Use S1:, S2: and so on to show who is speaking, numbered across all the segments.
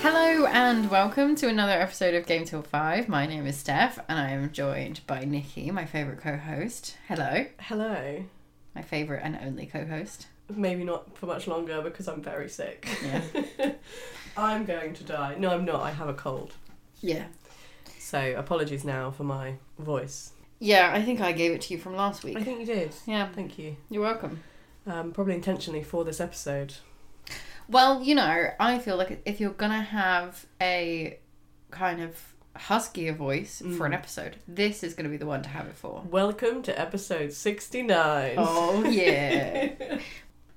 S1: Hello and welcome to another episode of Game Till 5. My name is Steph and I am joined by Nikki, my favourite co host. Hello,
S2: Hello.
S1: my favourite and only co host.
S2: Maybe not for much longer because I'm very sick.
S1: Yeah.
S2: I'm going to die. No, I'm not. I have a cold.
S1: Yeah.
S2: So apologies now for my voice.
S1: Yeah, I think I gave it to you from last
S2: I
S1: week.
S2: think you did.
S1: Yeah,
S2: Thank you.
S1: you're welcome.
S2: Um, probably intentionally for this episode.
S1: Well, you know, I feel like if you're gonna have a kind of huskier voice for an
S2: Mm.
S1: episode, this is gonna be the one to have it for.
S2: Welcome to episode 69.
S1: Oh, yeah.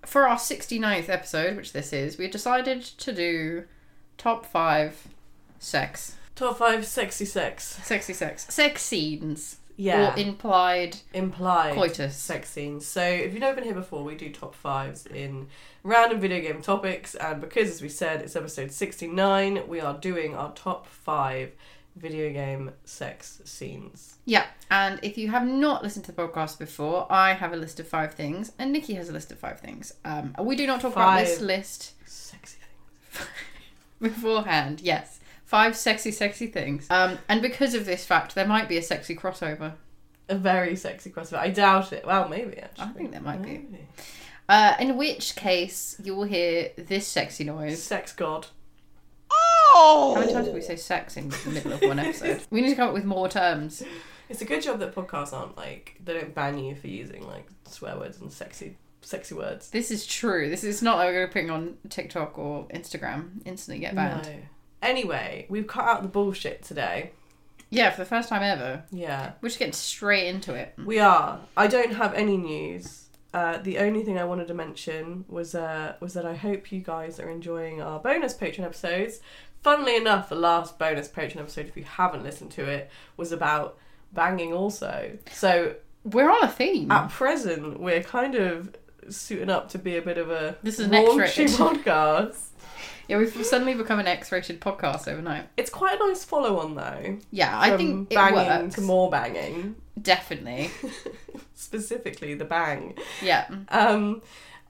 S1: for our 69th episode, which this is, we decided to do top five sex.
S2: Top 5 sexy sex.
S1: Sexy sex. Sex scenes.
S2: Yeah.
S1: Or implied
S2: implied.
S1: coitus.
S2: sex scenes. So if you've never been here before, we do top fives in random video game topics, and because as we said, it's episode sixty nine, we are doing our top five video game sex scenes.
S1: Yeah. And if you have not listened to the podcast before, I have a list of five things, and Nikki has a list of five things. Um, we do not talk about this
S2: Five.
S1: list
S2: Sexy thing.
S1: beforehand. Yes. Five sexy, sexy things. Um, and because of this fact, there might be a sexy crossover.
S2: A very sexy crossover. I doubt it. Well, maybe actually.
S1: I think there might be.
S2: Maybe.
S1: Uh, in which case, you will hear this sexy noise.
S2: Sex god.
S3: Oh!
S1: How many times do we
S2: Oh.
S1: say sex in the middle of one episode? we need to come up with more terms.
S2: It's a good job that podcasts aren't like they don't ban you for using like swear words and sexy sexy words.
S1: This is true. This is not like we're putting on TikTok or Instagram. Instantly get banned.
S2: No. Anyway, we've cut out the bullshit today.
S1: Yeah, for the first time ever.
S2: Yeah.
S1: We're just getting straight into it.
S2: We are. I don't have any news. Uh, the only thing I wanted to mention was uh, was that I hope you guys are enjoying our bonus Patreon episodes. Funnily enough, the last bonus Patreon episode, if you haven't listened to it, was about banging also. So
S1: We're on a theme.
S2: at present, we're kind of suiting up to be a bit of a
S1: This is an
S2: raunchy
S1: X-rated.
S2: podcast.
S1: Yeah, we've suddenly become an X-rated podcast overnight.
S2: It's quite a nice follow on though.
S1: Yeah, I
S2: from
S1: think it
S2: banging
S1: works.
S2: to more banging,
S1: Definitely.
S2: specifically the bang.
S1: Yeah.
S2: Um,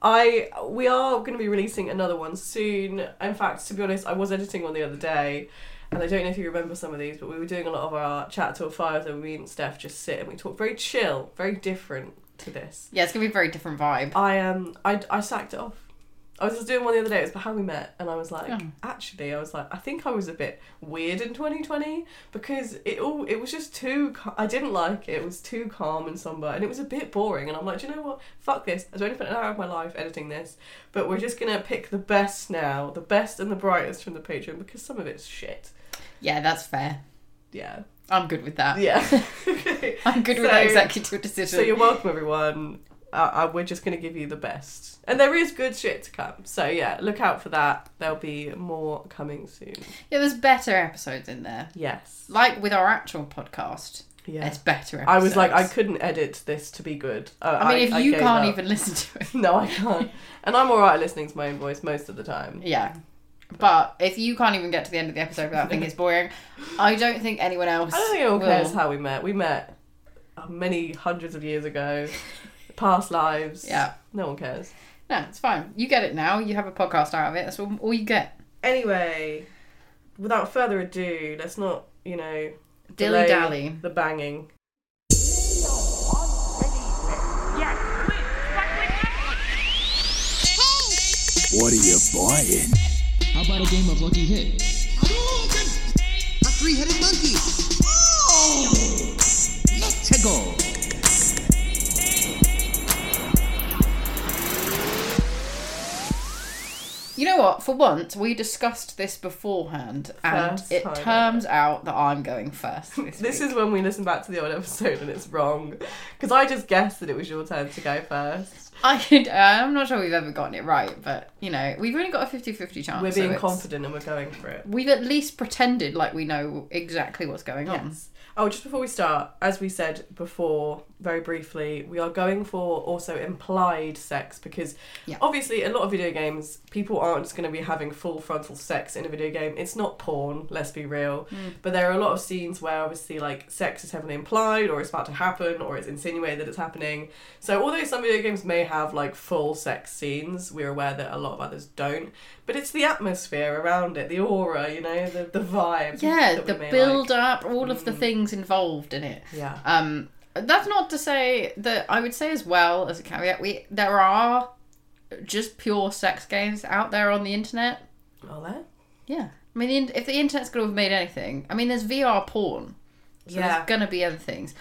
S2: I we are going to be releasing another one soon. In fact, to be honest, I was editing one the other day, and I don't know if you remember some of these, but we were doing a lot of our chat to a fire, and me and Steph just sit and we talk very chill, very different to this.
S1: Yeah, it's gonna be a very different vibe.
S2: I um I I sacked it off. I was just doing one the other day. It was about how we met, and I was like,
S1: Oh.
S2: actually, I was like, I think I was a bit weird in 2020 because it all it was just too. ca- I didn't like it. It was too calm and somber, and it was a bit boring. And I'm like, do you know what? Fuck this. I've only spent an hour of my life editing this, but we're just gonna pick the best now, the best and the brightest from the Patreon because some of it's shit.
S1: Yeah, that's fair.
S2: Yeah,
S1: I'm good with that.
S2: yeah. okay.
S1: I'm good with
S2: So-
S1: that executive decision.
S2: So you're welcome, everyone. Uh, uh, we're just going to give you the best. And there is good shit to come. So yeah, look out for that. There'll be more coming soon.
S1: Yeah, there's better episodes in there.
S2: Yes.
S1: Like with our actual podcast,
S2: Yeah.
S1: it's better. Episodes.
S2: I was like, I couldn't edit this to be good. Uh,
S1: I mean, if you
S2: gave
S1: can't
S2: up.
S1: even listen to it,
S2: No, I can't. and I'm alright at listening to my own voice most of the time.
S1: yeah. But if you can't even get to the end of the episode without thinking it's boring, I don't think anyone else.
S2: I don't think anyone
S1: will.
S2: cares how we met. We met uh, many hundreds of years ago, past lives.
S1: Yeah.
S2: No one cares.
S1: No, it's fine. You get it now. You have a podcast out of it. That's all all you get.
S2: Anyway, without further ado, let's not, you know,
S1: Dilly dally.
S2: the banging.
S4: Yes, quick, quick, quick, quick.
S5: What are you buying?
S6: How about a game of Lucky Hit?
S5: A three-headed monkey. Oh! Let's go.
S1: You know what? For once, we discussed this beforehand, and
S2: First
S1: it
S2: time
S1: turns out that I'm going first. This,
S2: This
S1: week.
S2: is when we listen back to the old episode and it's wrong. Because I just guessed that it was your turn to go first.
S1: I could, uh, I'm not sure we've ever gotten it right, but you know, we've only got a 50-50 chance.
S2: We're
S1: so
S2: being
S1: it's-
S2: confident and we're going for it.
S1: We've at least pretended like we know exactly what's going on.
S2: Yes. Oh, just before we start, as we said before, very briefly, we are going for also implied sex because
S1: Yeah.
S2: obviously, a lot of video games, people aren't just going to be having full frontal sex in a video game. It's not porn, let's be real.
S1: Hmm.
S2: But there are a lot of scenes where obviously, like, sex is heavily implied or it's about to happen or it's insinuated that it's happening. So, although some video games may have like full sex scenes, we're aware that a lot lot of others don't. But it's the atmosphere around it, the aura, you know, the, the vibe.
S1: Yeah,
S2: that we
S1: the
S2: may
S1: build
S2: like. Mm.
S1: up, all of the things involved in it.
S2: Yeah.
S1: Um, that's not to say that I would say as well as a caveat, we there are just pure sex games out there on the internet.
S2: Are there?
S1: Yeah. I mean, the in- if the internet's going to have made anything, I mean, there's VR porn. So
S2: Yeah.
S1: There's going to be other things.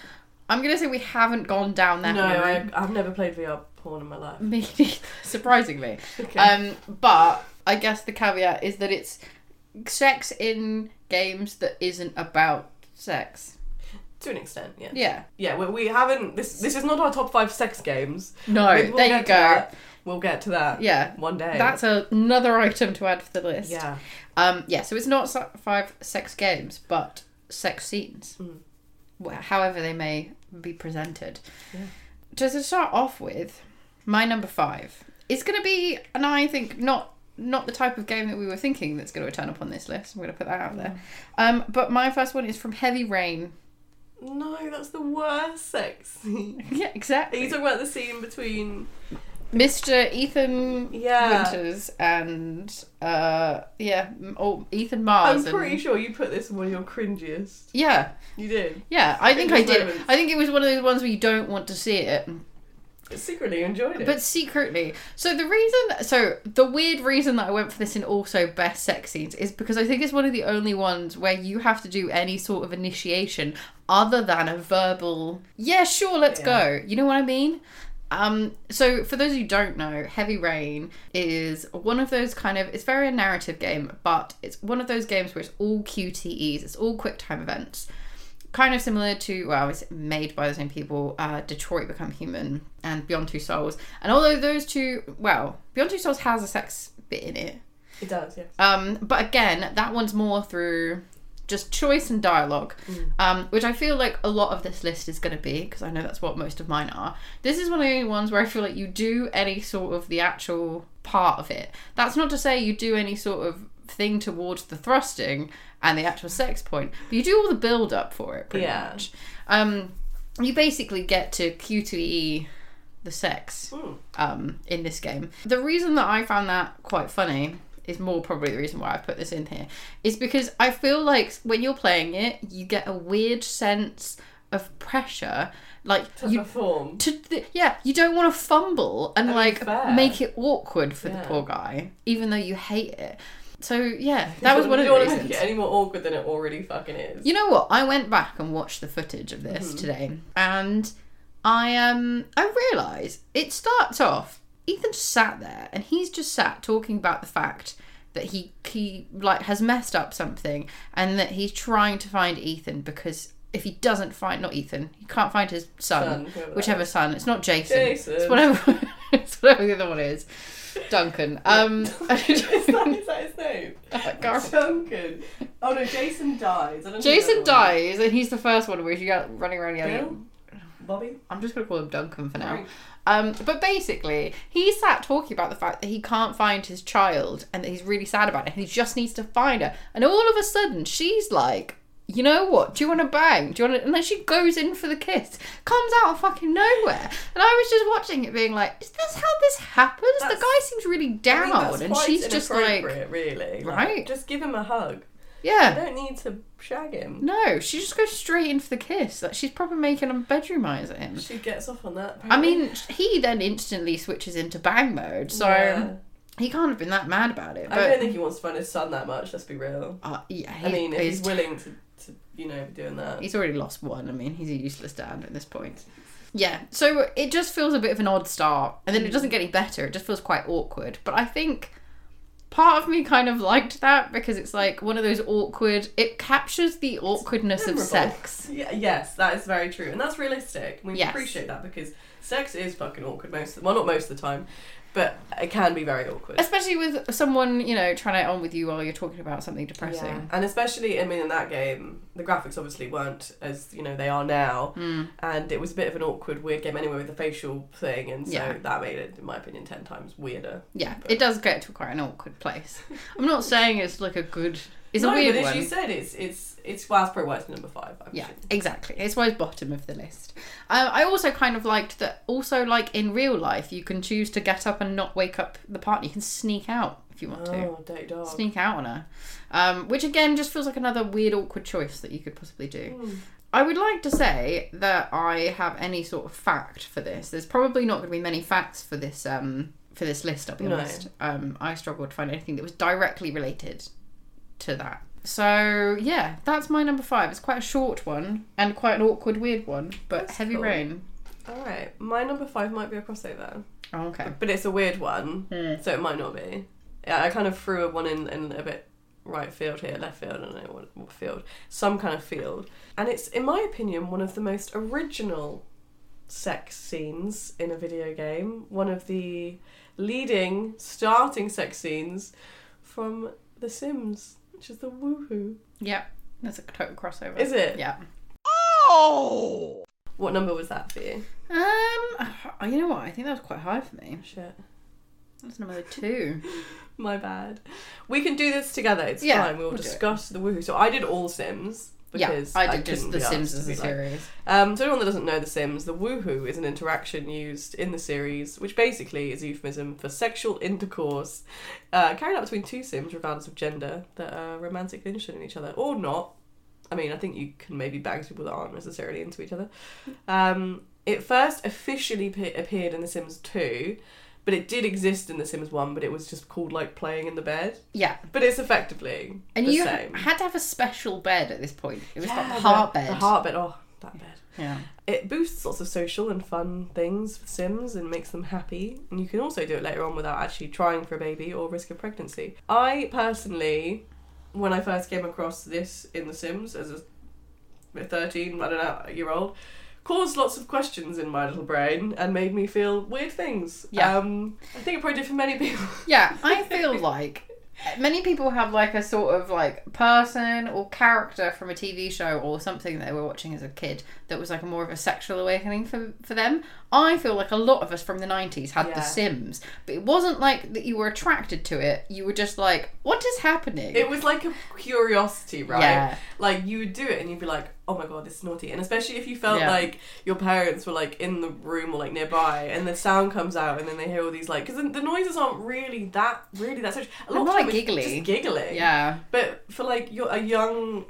S1: I'm going to say we haven't gone down that
S2: No, I,
S1: road.
S2: I've never played VR porn in my life.
S1: Me neither, surprisingly.
S2: Okay.
S1: Um, but I guess the caveat is that it's sex in games that isn't about sex.
S2: to an extent, yeah.
S1: Yeah.
S2: Yeah, we, we haven't. This this is not our top five sex games.
S1: No,
S2: We- we'll
S1: there
S2: get
S1: you
S2: to
S1: go.
S2: that. We'll get to that.
S1: Yeah.
S2: One day.
S1: That's another item to add to the list.
S2: Yeah.
S1: Um, yeah, so it's not se- five sex games, but sex scenes,
S2: Mm.
S1: Wh- however they may be presented. Just to start off with, my number five is going to be, and I think not not the type of game that we were thinking that's going to turn up on this list. I'm going to put that out there.
S2: Mm.
S1: Um, but my first one is from Heavy Rain.
S2: No, that's the worst sex scene.
S1: Yeah,
S2: Are you
S1: exactly.
S2: talking about the scene between.
S1: Mr. Ethan
S2: Yeah.
S1: Winters and uh, yeah, m- or Ethan Mars.
S2: I'm pretty
S1: and,
S2: sure you put this in one of your cringiest.
S1: Yeah,
S2: You did.
S1: Yeah, I think I
S2: those
S1: did.
S2: moments.
S1: I think it was one of those ones where you don't want to see it,
S2: But secretly enjoyed it.
S1: but secretly. So the reason, so the weird reason that I went for this in also best sex scenes is because I think it's one of the only ones where you have to do any sort of initiation other than a verbal. Yeah, sure, let's go. You know what I mean? Um, so for those who don't know, Heavy Rain is one of those kind of it's very a narrative game, but it's one of those games where it's all QTEs, it's all quick time events kind of similar to well, it's made by the same people, uh, Detroit Become Human and Beyond Two Souls. And although those two, well, Beyond Two Souls has a sex bit in it,
S2: it does, yeah.
S1: um, but again, that one's more through just choice and dialogue, um, which I feel like a lot of this list is going to be because I know that's what most of mine are. This is one of the only ones where I feel like you do any sort of the actual part of it. That's not to say you do any sort of thing towards the thrusting and the actual sex point, but you do all the build up for it pretty
S2: Yeah.
S1: much. Um, you basically get to QTE the sex
S2: Hmm.
S1: um, in this game. The reason that I found that quite funny is more probably the reason why I put this in here is because I feel like when you're playing it, you get a weird sense of pressure. Like
S2: To
S1: you,
S2: perform.
S1: to th- yeah, you don't want to fumble and like
S2: fair.
S1: make it awkward for
S2: Yeah.
S1: the poor guy, even though you hate it. So yeah, that was one of
S2: you
S1: the
S2: don't want to
S1: reasons.
S2: make it any more awkward than it already fucking is.
S1: You know what? I went back and watched the footage of this
S2: Mm-hmm.
S1: today, and I um I realise it starts off. Ethan just sat there, and he's just sat talking about the fact that he he like has messed up something, and that he's trying to find Ethan because if he doesn't find not Ethan, he can't find his son,
S2: Son, whoever that
S1: whichever son. It's not Jason. It's
S2: Jason.
S1: whatever. it's whatever the other one is. Duncan. Um.
S2: is, that, is that his name?
S1: God.
S2: Duncan. Oh no, Jason dies. I don't think
S1: Jason
S2: the other one-
S1: dies, and he's the first one where you got running around yelling.
S2: Bill? Bobby?
S1: I'm just gonna call him Duncan for now.
S2: Right.
S1: Um, but basically, he sat talking about the fact that he can't find his child and that he's really sad about it and he just needs to find her. And all of a sudden, she's like, you know what? Do you want to bang? Do you want to? And then she goes in for the kiss, comes out of fucking nowhere. And I was just watching it, being like, is this how this happens? the
S2: That's-
S1: guy seems really
S2: I think
S1: down,
S2: that's
S1: and
S2: quite
S1: she's just like,
S2: inappropriate, really. Like,
S1: Right.
S2: Just give him a hug. I
S1: yeah.
S2: don't need to shag him.
S1: No, she just goes straight in for the kiss. Like she's probably making a bedroom eyes at him.
S2: She gets off on that.
S1: I
S2: apparently.
S1: mean, he then instantly switches into bang mode, so
S2: Yeah.
S1: he can't have been that mad about it. But
S2: I don't think he wants to find his son that much. Let's be real.
S1: uh, yeah, he's,
S2: I mean, if
S1: he's,
S2: he's willing to, to you know, be doing that.
S1: he's already lost one. I mean, he's a useless dad at this point. Yeah, so it just feels a bit of an odd start, and then it doesn't get any better. It just feels quite awkward. But I think part of me kind of liked that because it's like one of those awkward. It captures the awkwardness of
S2: Memorable.
S1: sex.
S2: Yeah, yes, that is very true, and that's realistic. We
S1: Yes.
S2: appreciate that because sex is fucking awkward most. Of, well, not most of the time, but it can be very awkward.
S1: Especially with someone, you know, trying to get on with you while you're talking about something depressing.
S2: And especially, I mean, in that game, the graphics obviously weren't as you know they are now,
S1: Hmm.
S2: and it was a bit of an awkward, weird game anyway with the facial thing, and so
S1: Yeah.
S2: that made it, in my opinion, ten times weirder.
S1: Yeah, it does get to quite an awkward place. I'm not saying it's like a good It's
S2: no,
S1: a weird
S2: but as
S1: one.
S2: you said, it's it's it's well, pro works number five. I
S1: Yeah,
S2: presume.
S1: exactly. It's why it's bottom of the list. Um, I also kind of liked that. Also, like in real life, you can choose to get up and not wake up the partner. You can sneak out if you want to.
S2: Oh, dirty dog.
S1: Sneak out on her, um, which again just feels like another weird, awkward choice that you could possibly do.
S2: Hmm.
S1: I would like to say that I have any sort of fact for this. There's probably not going to be many facts for this um, for this list. I'll be
S2: No.
S1: honest. Um, I struggled to find anything that was directly related to that. So yeah, that's my number five. It's quite a short one and quite an awkward, weird one, but
S2: That's
S1: heavy
S2: cool.
S1: rain.
S2: All right, my number five might be a crossover,
S1: Oh, okay.
S2: but it's a weird one, so it might not be. Yeah, I kind of threw one in, in a bit right field here, left field, I don't know what, what field, some kind of field, and it's in my opinion one of the most original sex scenes in a video game. One of the leading starting sex scenes from The Sims, which is the woohoo.
S1: Yep. That's a total crossover.
S2: Is it?
S1: Yeah.
S2: What number was that for you?
S1: Um, oh, you know what? I think that was quite high for me.
S2: Shit.
S1: That's number two.
S2: My bad. We can do this together. It's
S1: Yeah,
S2: fine. We'll,
S1: we'll do it.
S2: discuss the woohoo. So I did all Sims because
S1: yeah, I did just
S2: couldn't
S1: The
S2: be arsed
S1: Sims
S2: to
S1: as
S2: be
S1: a
S2: like-
S1: series.
S2: Um, to anyone that doesn't know The Sims, the woohoo is an interaction used in the series, which basically is a euphemism for sexual intercourse uh, carried out between two Sims, regardless of gender, that are romantically interested in each other or not. I mean, I think you can maybe bang people that aren't necessarily into each other. Um, it first officially pe- appeared in The Sims 2, but it did exist in The Sims 1, but it was just called like playing in the bed.
S1: Yeah,
S2: But it's effectively
S1: and
S2: the
S1: you
S2: same.
S1: had to have a special bed at this point. It was like
S2: Yeah,
S1: the heart
S2: the-
S1: bed.
S2: The heart bed. Oh, that bed.
S1: Yeah.
S2: It boosts lots of social and fun things for Sims and makes them happy. And you can also do it later on without actually trying for a baby or risk of pregnancy. I personally, when I first came across this in The Sims as a 13, I don't know, year old, caused lots of questions in my little brain and made me feel weird things.
S1: Yeah.
S2: Um, I think it probably did for many people.
S1: Yeah, I feel like many people have like a sort of like person or character from a TV show or something they were watching as a kid that was like a more of a sexual awakening for for them. I feel like a lot of us from the 90s had
S2: Yeah.
S1: The Sims, but it wasn't like that you were attracted to it. You were just like, what is happening?
S2: It was like a curiosity, right?
S1: Yeah.
S2: Like you would do it and you'd be like, "Oh my god, this is naughty!" And especially if you felt
S1: Yeah.
S2: like your parents were like in the room or like nearby, and the sound comes out, and then they hear all these like because the, the noises aren't really that really that such. A lot
S1: They're
S2: of
S1: more
S2: time
S1: like
S2: it's
S1: giggly.
S2: just giggling.
S1: yeah.
S2: But for like you're a young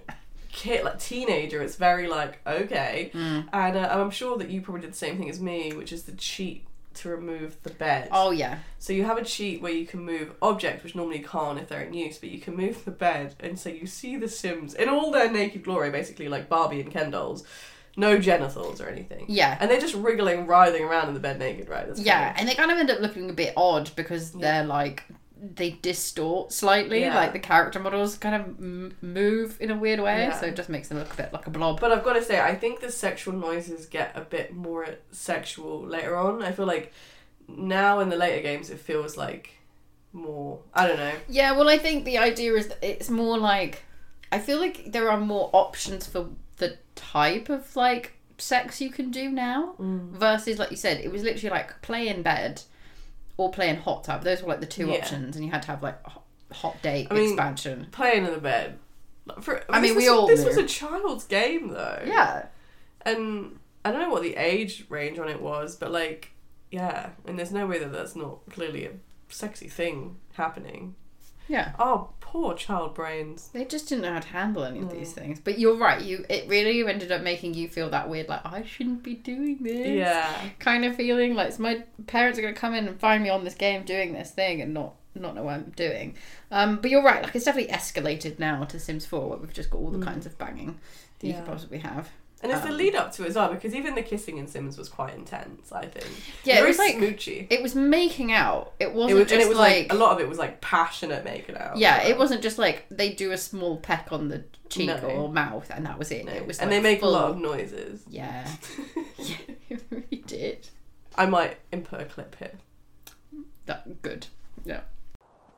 S2: kid, like teenager, it's very like okay,
S1: Mm.
S2: and uh, I'm sure that you probably did the same thing as me, which is the cheat to remove the bed.
S1: Oh yeah.
S2: So you have a cheat where you can move objects, which normally you can't if they're in use, but you can move the bed, and so you see the Sims in all their naked glory, basically like Barbie and Ken dolls, no genitals or anything.
S1: Yeah.
S2: and they're just wriggling, writhing around in the bed naked, right? That's
S1: Yeah,
S2: funny.
S1: and they kind of end up looking a bit odd because they're like they distort slightly,
S2: Yeah.
S1: like the character models kind of m- move in a weird way,
S2: Yeah.
S1: so it just makes them look a bit like a blob.
S2: But I've got to say, I think the sexual noises get a bit more sexual later on. I feel like now in the later games, it feels like more. I don't know.
S1: Yeah, well, I think the idea is that it's more like I feel like there are more options for the type of like sex you can do now
S2: Mm.
S1: versus like you said, it was literally like play in bed or play in hot tub. Those were like the two
S2: Yeah.
S1: options, and you had to have like a hot- hot date
S2: I mean-
S1: expansion.
S2: Playing in the bed. For,
S1: I mean,
S2: this
S1: we
S2: was-
S1: all
S2: This was
S1: knew.
S2: a child's game, though.
S1: Yeah,
S2: and I don't know what the age range on it was, but like, yeah, and there's no way that that's not clearly a sexy thing happening.
S1: yeah.
S2: Oh, poor child brains.
S1: They just didn't know how to handle any of
S2: Mm.
S1: these things. But you're right. You it really ended up making you feel that weird, like I shouldn't be doing this.
S2: Yeah,
S1: Kind of feeling like it's my parents are gonna come in and find me on this game doing this thing and not not know what I'm doing. Um, but you're right. Like it's definitely escalated now to Sims Four, where we've just got all the kinds of banging that you
S2: Mm. Yeah.
S1: could possibly have.
S2: and it's the
S1: Um,
S2: lead up to it as well because even the kissing in Sims was quite intense. I think.
S1: Yeah, it
S2: Very
S1: was like-
S2: smoochy.
S1: It was making out. It
S2: It
S1: wasn't
S2: was, and
S1: just
S2: it was
S1: like,
S2: like, a lot of it was like passionate making out.
S1: yeah. It wasn't just like they do a small peck on the cheek
S2: No.
S1: or mouth and that was it.
S2: No.
S1: It was
S2: and
S1: like,
S2: they make
S1: full-
S2: a lot of noises.
S1: yeah. yeah, it really did.
S2: I might input a clip here.
S1: That good. Yeah.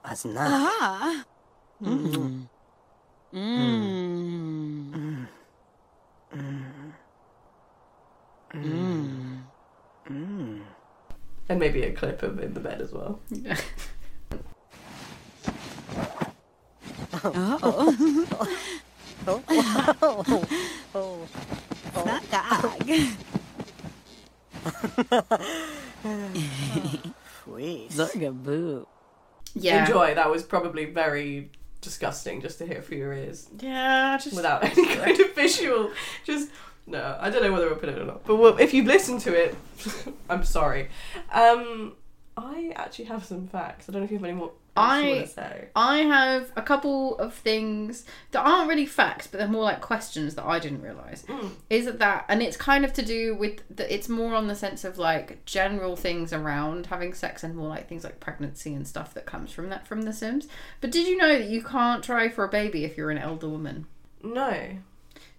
S7: That's nice.
S2: And maybe a clip of in the bed as well.
S1: Yeah.
S7: Oh, oh, oh, oh.
S8: Snagag.
S7: Please.
S8: Zugaboo.
S1: Yeah.
S2: Enjoy. That was probably very disgusting just to hear for your ears
S1: Yeah, just
S2: without any kind of visual. Just no, I don't know whether I'll put it or not. But well, if you've listened to it, I'm sorry. Um, I actually have some facts. I don't know if you have any more. else you
S1: I-
S2: wanna say.
S1: I have a couple of things that aren't really facts, but they're more like questions that I didn't realize. Is that that, and it's kind of to do with the, it's more on the sense of like general things around having sex and more like things like pregnancy and stuff that comes from that from The Sims. But did you know that you can't try for a baby if you're an elder woman?
S2: No.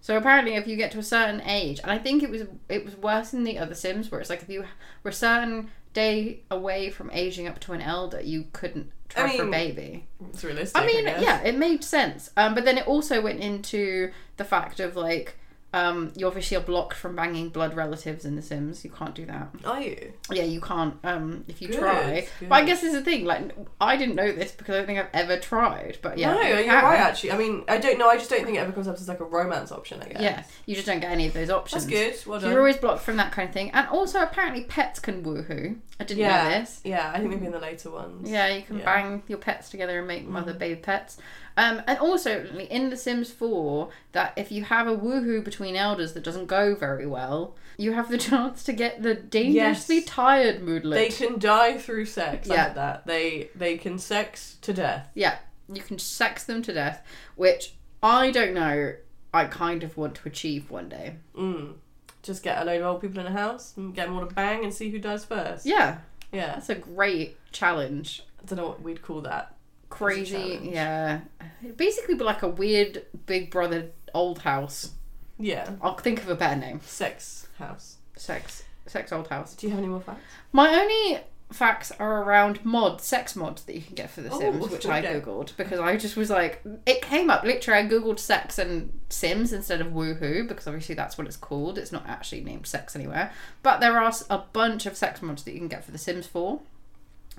S1: So apparently, if you get to a certain age, and I think it was it was worse in the other Sims, where it's like if you were a certain day away from aging up to an elder, you couldn't try for a
S2: mean,
S1: baby.
S2: It's realistic.
S1: I mean,
S2: guess.
S1: yeah, it made sense. Um, but then it also went into the fact of like, um, you obviously are blocked from banging blood relatives in The Sims. You can't do that.
S2: Are you?
S1: Yeah, you can't. Um, if you
S2: Good,
S1: try,
S2: good.
S1: but I guess this is the thing. Like, I didn't know this because I don't think I've ever tried. But yeah,
S2: no,
S1: you
S2: you're
S1: can.
S2: right. Actually, I mean, I don't know. I just don't think it ever comes up as like a romance option. I guess.
S1: Yeah, you just don't get any of those options.
S2: That's good. Well
S1: So
S2: done.
S1: you're always blocked from that kind of thing. And also, apparently, pets can woohoo. I didn't know
S2: yeah.
S1: this.
S2: Yeah. I think maybe in the later ones.
S1: Yeah, you can
S2: Yeah.
S1: bang your pets together and make mother
S2: Mm-hmm.
S1: baby pets. Um, and also, in The Sims 4, that if you have a woohoo between elders that doesn't go very well, you have the chance to get the dangerously
S2: Yes.
S1: tired moodlet.
S2: They can die through sex. I
S1: Yeah.
S2: had that. They they can sex to death.
S1: Yeah, you can sex them to death, which I don't know, I kind of want to achieve one day.
S2: Mm. Just get a load of old people in a house and get them all to bang and see who dies first.
S1: Yeah,
S2: Yeah.
S1: that's a great challenge.
S2: I don't know what we'd call that.
S1: crazy
S2: challenge.
S1: yeah It'd basically be like a weird big brother old house
S2: Yeah.
S1: i'll think of a better name
S2: Sex house.
S1: sex sex old house
S2: Do you have any more facts?
S1: my only facts are around mods sex mods that you can get for the
S2: Oh,
S1: sims which i
S2: okay.
S1: googled because i just was like it came up literally i googled sex and sims instead of woohoo because obviously that's what it's called it's not actually named sex anywhere but there are s- a bunch of sex mods that you can get for the sims 4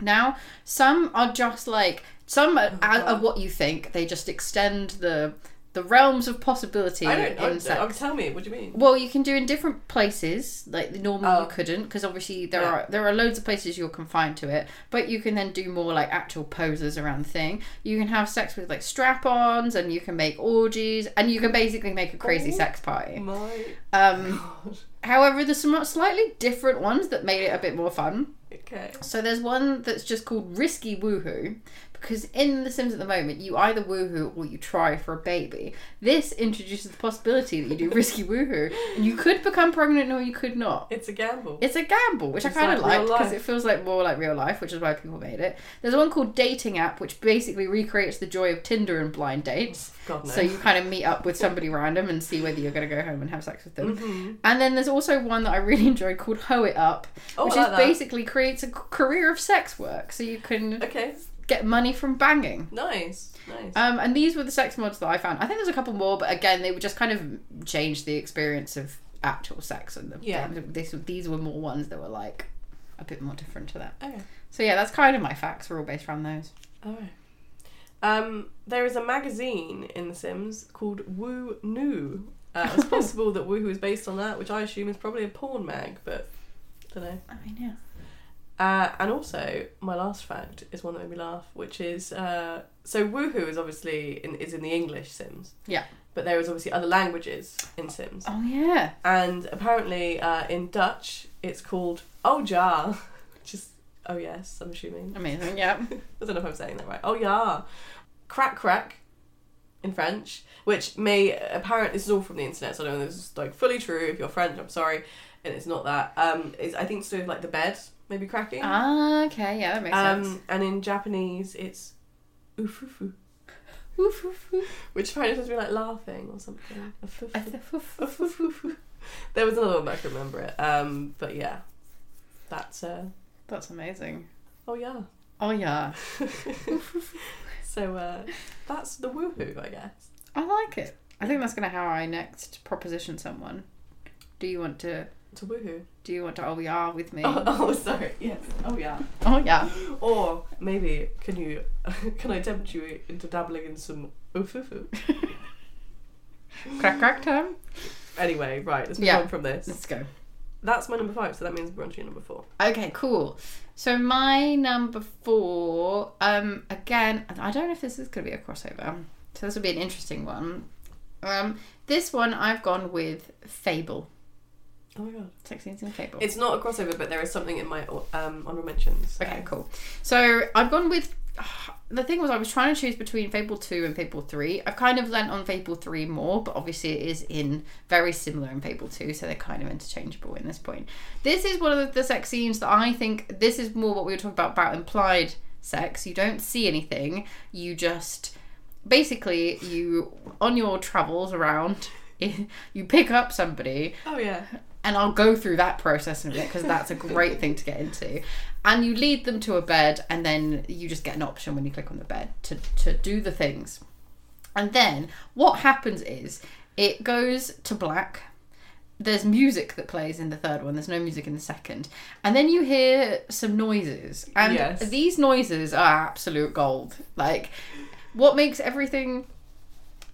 S1: now some are just like some
S2: Oh,
S1: are, are, are what you think they just extend the the realms of possibility
S2: I don't. I
S1: in
S2: don't
S1: sex
S2: oh, tell me. What do you mean?
S1: well, you can do in different places. Like normally
S2: Oh.
S1: you couldn't, because obviously there
S2: Yeah.
S1: are there are loads of places you're confined to it. But you can then do more like actual poses around the thing. You can have sex with like strap-ons, and you can make orgies, and you can basically make a crazy
S2: Oh.
S1: sex party.
S2: My
S1: Um,
S2: God.
S1: however, there's some slightly different ones that made it a bit more fun.
S2: Okay.
S1: So there's one that's just called risky woohoo because in The Sims at the moment you either woohoo or you try for a baby. This introduces the possibility that you do risky woohoo and you could become pregnant or you could not.
S2: It's a gamble.
S1: It's a gamble, which
S2: It's
S1: I kind of
S2: like
S1: liked
S2: real
S1: because
S2: life.
S1: it feels like more like real life, which is why people made it. There's one called Dating App, which basically recreates the joy of Tinder and blind dates.
S2: God no.
S1: So you kind of meet up with somebody random and see whether you're going to go home and have sex with
S2: Mm-hmm.
S1: them.
S2: Hmm.
S1: And then there's also one that I really enjoyed called Hoe It Up,
S2: Oh, I
S1: which
S2: like
S1: is
S2: that.
S1: basically creates a c- career of sex work, so you can
S2: Okay.
S1: get money from banging.
S2: Nice. Nice.
S1: Um, and these were the sex mods that I found. I think there's a couple more, but again, they would just kind of change the experience of actual sex. And the,
S2: Yeah.
S1: this, these were more ones that were like a bit more different to that.
S2: okay.
S1: So yeah, that's kind of my facts. Were all based around those.
S2: Alright. Um, there is a magazine in The Sims called Woo Noo. Uh, it's possible that Woohoo is based on that, which I assume is probably a porn mag, but don't know.
S1: I mean, yeah.
S2: Uh, and also, my last fact is one that made me laugh, which is uh, so Woohoo is obviously in, is in the English Sims.
S1: Yeah.
S2: But there is obviously other languages in Sims,
S1: Oh yeah.
S2: and apparently uh, in Dutch it's called Oh ja, just oh yes, I'm assuming.
S1: Amazing. Yeah.
S2: I don't know if I'm saying that right. Oh yeah, crack crack, in French, which may apparent. This is all from the internet, so I don't know if this is like fully true. If you're French, I'm sorry, and it's not that. Um, it's, I think it's to do with like the bed maybe cracking.
S1: ah, okay. Yeah, that makes sense.
S2: um, and in Japanese it's ufufu,
S1: Woof, woof, woof.
S2: which apparently is supposed to be like laughing or something. Ufufu.
S1: I th- woof.
S2: Ufufufu. there was another one, but I can remember it. Um, but yeah, that's uh,
S1: That's amazing.
S2: oh yeah.
S1: Oh yeah,
S2: so uh, that's the woohoo, I guess.
S1: I like it. I think that's gonna how I next proposition someone. Do you want to
S2: To woohoo.
S1: Do you want to? Oh, we are with me.
S2: Oh, oh, sorry. Yes. Oh, yeah.
S1: Oh yeah.
S2: Or maybe can you can I tempt you into dabbling in some ufufu?
S1: crack crack time.
S2: Anyway, right. Let's move
S1: Yeah.
S2: on from this.
S1: Let's go.
S2: That's my number five, so that means we're on to your number four.
S1: Okay, cool. So my number four, um, again, I don't know if this is going to be a crossover. So this will be an interesting one. Um, this one I've gone with Fable.
S2: Oh my god.
S1: Sex scenes in Fable.
S2: It's not a crossover, but there is something in my um, honorable mentions.
S1: Okay, cool. So I've gone with. The thing was, I was trying to choose between Fable 2 and Fable 3. I've kind of lent on Fable 3 more, but obviously it is in very similar in Fable 2, so they're kind of interchangeable in this point. This is one of the, the sex scenes that I think this is more what we were talking about about implied sex. You don't see anything, you just basically you on your travels around you pick up somebody
S2: Oh yeah.
S1: and I'll go through that process in a bit because that's a great thing to get into. And you lead them to a bed, and then you just get an option when you click on the bed to, to do the things. And then what happens is it goes to black. There's music that plays in the third one, there's no music in the second. And then you hear some noises. And
S2: Yes.
S1: these noises are absolute gold. Like, what makes everything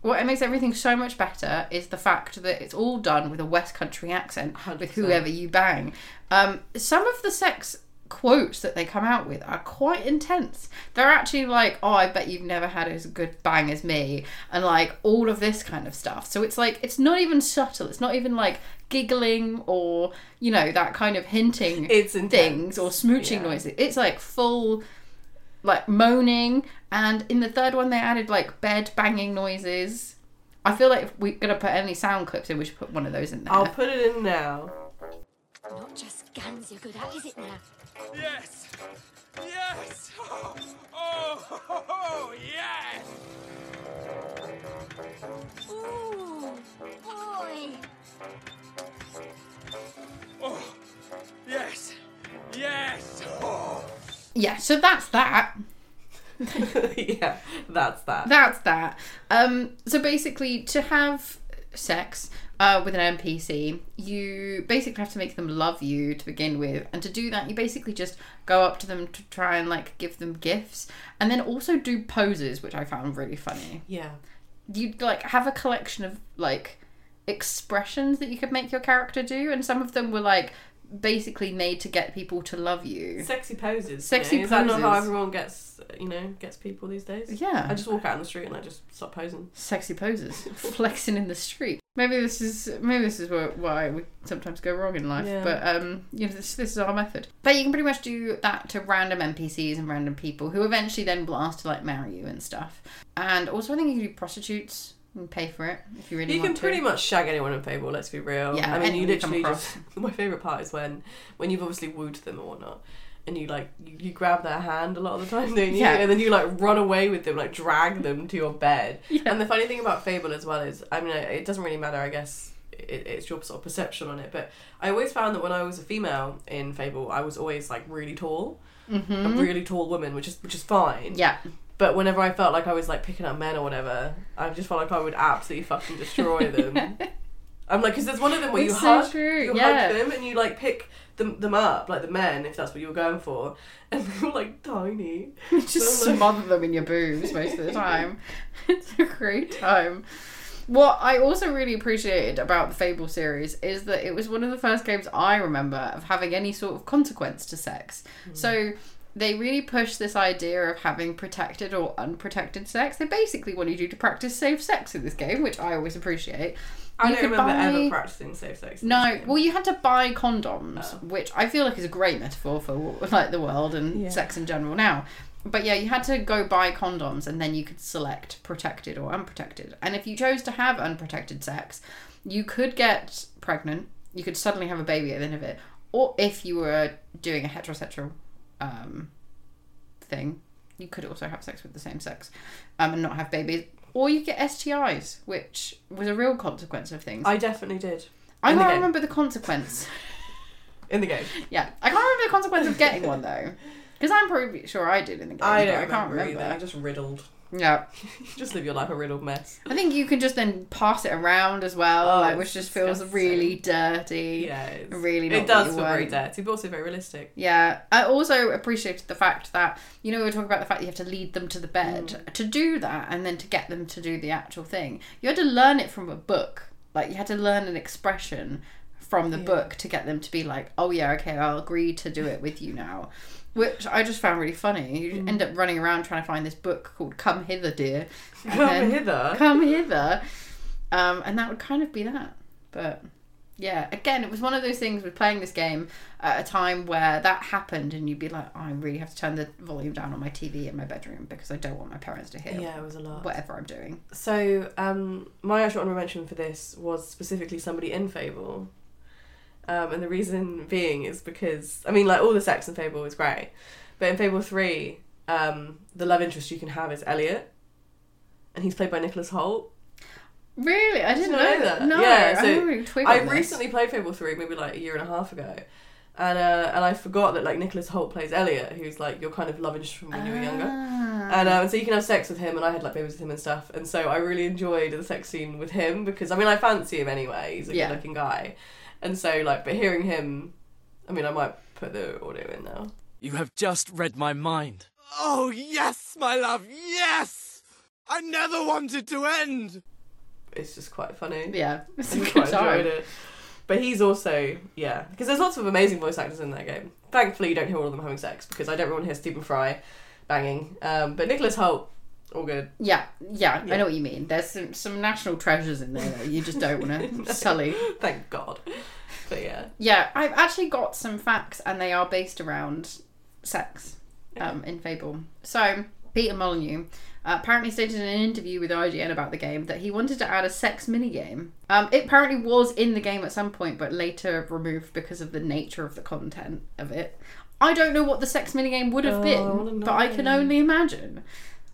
S1: what makes everything so much better is the fact that it's all done with a West Country accent with
S2: 100%.
S1: whoever you bang. Um, some of the sex quotes that they come out with are quite intense. They're actually like, "Oh, I bet you've never had as good bang as me," and like all of this kind of stuff. So it's like it's not even subtle. It's not even like giggling or you know that kind of hinting
S2: It's
S1: things
S2: intense.
S1: or smooching
S2: Yeah.
S1: noises. It's like full like moaning and in the third one they added like bed banging noises i feel like if we're gonna put any sound clips in we should put one of those in there
S2: I'll put it in now.
S9: Not just guns you're good at, is it now?
S3: Yes! Yes! Oh, oh, oh yes!
S9: Ooh, boy.
S3: Oh, yes! Yes! Oh.
S1: yeah so that's that
S2: yeah, that's that.
S1: that's that um so basically to have sex uh, with an npc you basically have to make them love you to begin with and to do that you basically just go up to them to try and like give them gifts and then also do poses which i found really funny
S2: Yeah.
S1: you'd like have a collection of like expressions that you could make your character do and some of them were like basically made to get people to love you
S2: Sexy poses.
S1: Sexy
S2: you know? Is that not how
S1: poses.
S2: everyone gets, you know, gets people these days?
S1: Yeah.
S2: I just walk out on the street and I just stop posing.
S1: sexy poses flexing in the street maybe this is maybe this is wh- why we sometimes go wrong in life
S2: Yeah.
S1: but um you know this, this is our method but you can pretty much do that to random npcs and random people who eventually then will ask to like marry you and stuff and also i think you can do prostitutes and pay for it if you really
S2: You
S1: want
S2: can
S1: to
S2: pretty much shag anyone in Fable, let's be real.
S1: Yeah,
S2: I mean, you
S1: anyone you come
S2: literally
S1: across.
S2: just. My favourite part is when when you've obviously wooed them or whatnot, and you like you, you grab their hand a lot of the time, don't you?
S1: Yeah.
S2: And then you like run away with them, like drag them to your bed.
S1: Yeah.
S2: And the funny thing about Fable as well is, I mean, it doesn't really matter, I guess. It, it's your sort of perception on it, but I always found that when I was a female in Fable, I was always like really tall, a really tall woman, which is which is fine.
S1: Mm-hmm. yeah
S2: But whenever I felt like I was like picking up men or whatever, I just felt like I would absolutely fucking destroy them. I'm like, because there's one of them where
S1: It's
S2: you
S1: so
S2: hug,
S1: true,
S2: you
S1: yeah.
S2: hug them and you like pick them them up, like the men, if that's what you were going for, and they were like tiny.
S1: just
S2: So, like-
S1: smother them in your boobs most of the time. it's a great time. What I also really appreciated about the Fable series is that it was one of the first games I remember of having any sort of consequence to sex.
S2: Hmm.
S1: So they really push this idea of having protected or unprotected sex. They basically wanted you to practice safe sex in this game, which I always appreciate.
S2: I
S1: You
S2: don't
S1: could
S2: remember ever
S1: buy-
S2: practicing safe sex.
S1: no, well, you had to buy condoms, which I feel like is a great metaphor for like the world and
S2: Yeah.
S1: sex in general now. But yeah, you had to go buy condoms, and then you could select protected or unprotected. And if you chose to have unprotected sex, you could get pregnant. You could suddenly have a baby at the end of it, or if you were doing a heterosexual um, thing, you could also have sex with the same sex um, and not have babies. Or you get STIs, which was a real consequence of things.
S2: I definitely did
S1: I
S2: In the
S1: can't
S2: game.
S1: remember the consequence.
S2: in the game.
S1: Yeah, I can't remember the consequence of getting one though, because I'm pretty sure I did in the game.
S2: I
S1: but
S2: don't
S1: I can't
S2: remember,
S1: remember.
S2: either. I just riddled.
S1: Yeah.
S2: Just live your life a real old mess.
S1: I think you can just then pass it around as well,
S2: Oh,
S1: like
S2: it's
S1: which just feels
S2: disgusting.
S1: really dirty.
S2: Yeah, it's,
S1: Really not
S2: it does
S1: what
S2: feel
S1: you
S2: very
S1: want.
S2: dirty, but also very realistic.
S1: Yeah, I also appreciated the fact that you know we were talking about the fact that you have to lead them to the bed
S2: Mm.
S1: to do that, and then to get them to do the actual thing. You had to learn it from a book, like you had to learn an expression from the book to get them to be like, oh yeah, okay, I'll agree to do it with you now, which I just found really funny. You
S2: Mm.
S1: end up running around trying to find this book called "Come Hither, Dear," and
S2: Come
S1: then-
S2: hither.
S1: come hither. Um, and that would kind of be that. But yeah, again, it was one of those things with playing this game at a time where that happened, and you'd be like, I really have to turn the volume down on my TV in my bedroom because I don't want my parents to hear
S2: Yeah, it was a lot.
S1: whatever I'm doing.
S2: So, um, my actual honorable mention for this was specifically somebody in Fable. Um, and the reason being is because, I mean, like, all the sex in Fable is great. But in Fable 3, um, the love interest you can have is Elliot. And he's played by Nicholas Holt.
S1: Really, I didn't
S2: Did you
S1: know that. No,
S2: yeah,
S1: I
S2: so
S1: haven't really twigged
S2: I
S1: on this.
S2: recently played Fable 3 maybe like a year and a half ago. And, uh, and I forgot that like Nicholas Holt plays Elliot, who's like your kind of love interest from when you were younger.
S1: Ah.
S2: And um, so you can have sex with him, and I had like babies with him and stuff. And so I really enjoyed the sex scene with him because I mean I fancy him anyway. He's a
S1: Yeah.
S2: good-looking guy, and so like but hearing him, I mean I might put the audio in now.
S3: You have just read my mind. Oh, yes, my love, yes! I never wanted to end!
S2: It's just quite funny.
S1: yeah, it's a
S2: I
S1: good
S2: quite
S1: time.
S2: enjoyed it. But he's also yeah because there's lots of amazing voice actors in that game. Thankfully, you don't hear all of them having sex because I don't want to hear Stephen Fry banging. Um, but Nicholas Holt, all good.
S1: Yeah, yeah, I know what you mean. There's some, some national treasures in there that you just don't want to sully.
S2: Thank God. But yeah.
S1: Yeah, I've actually got some facts, and they are based around sex um, in Fable. So, Peter Molyneux uh, apparently stated in an interview with IGN about the game that he wanted to add a sex minigame. Um, it apparently was in the game at some point, but later removed because of the nature of the content of it. I don't know what the sex minigame would have been, but I can only imagine.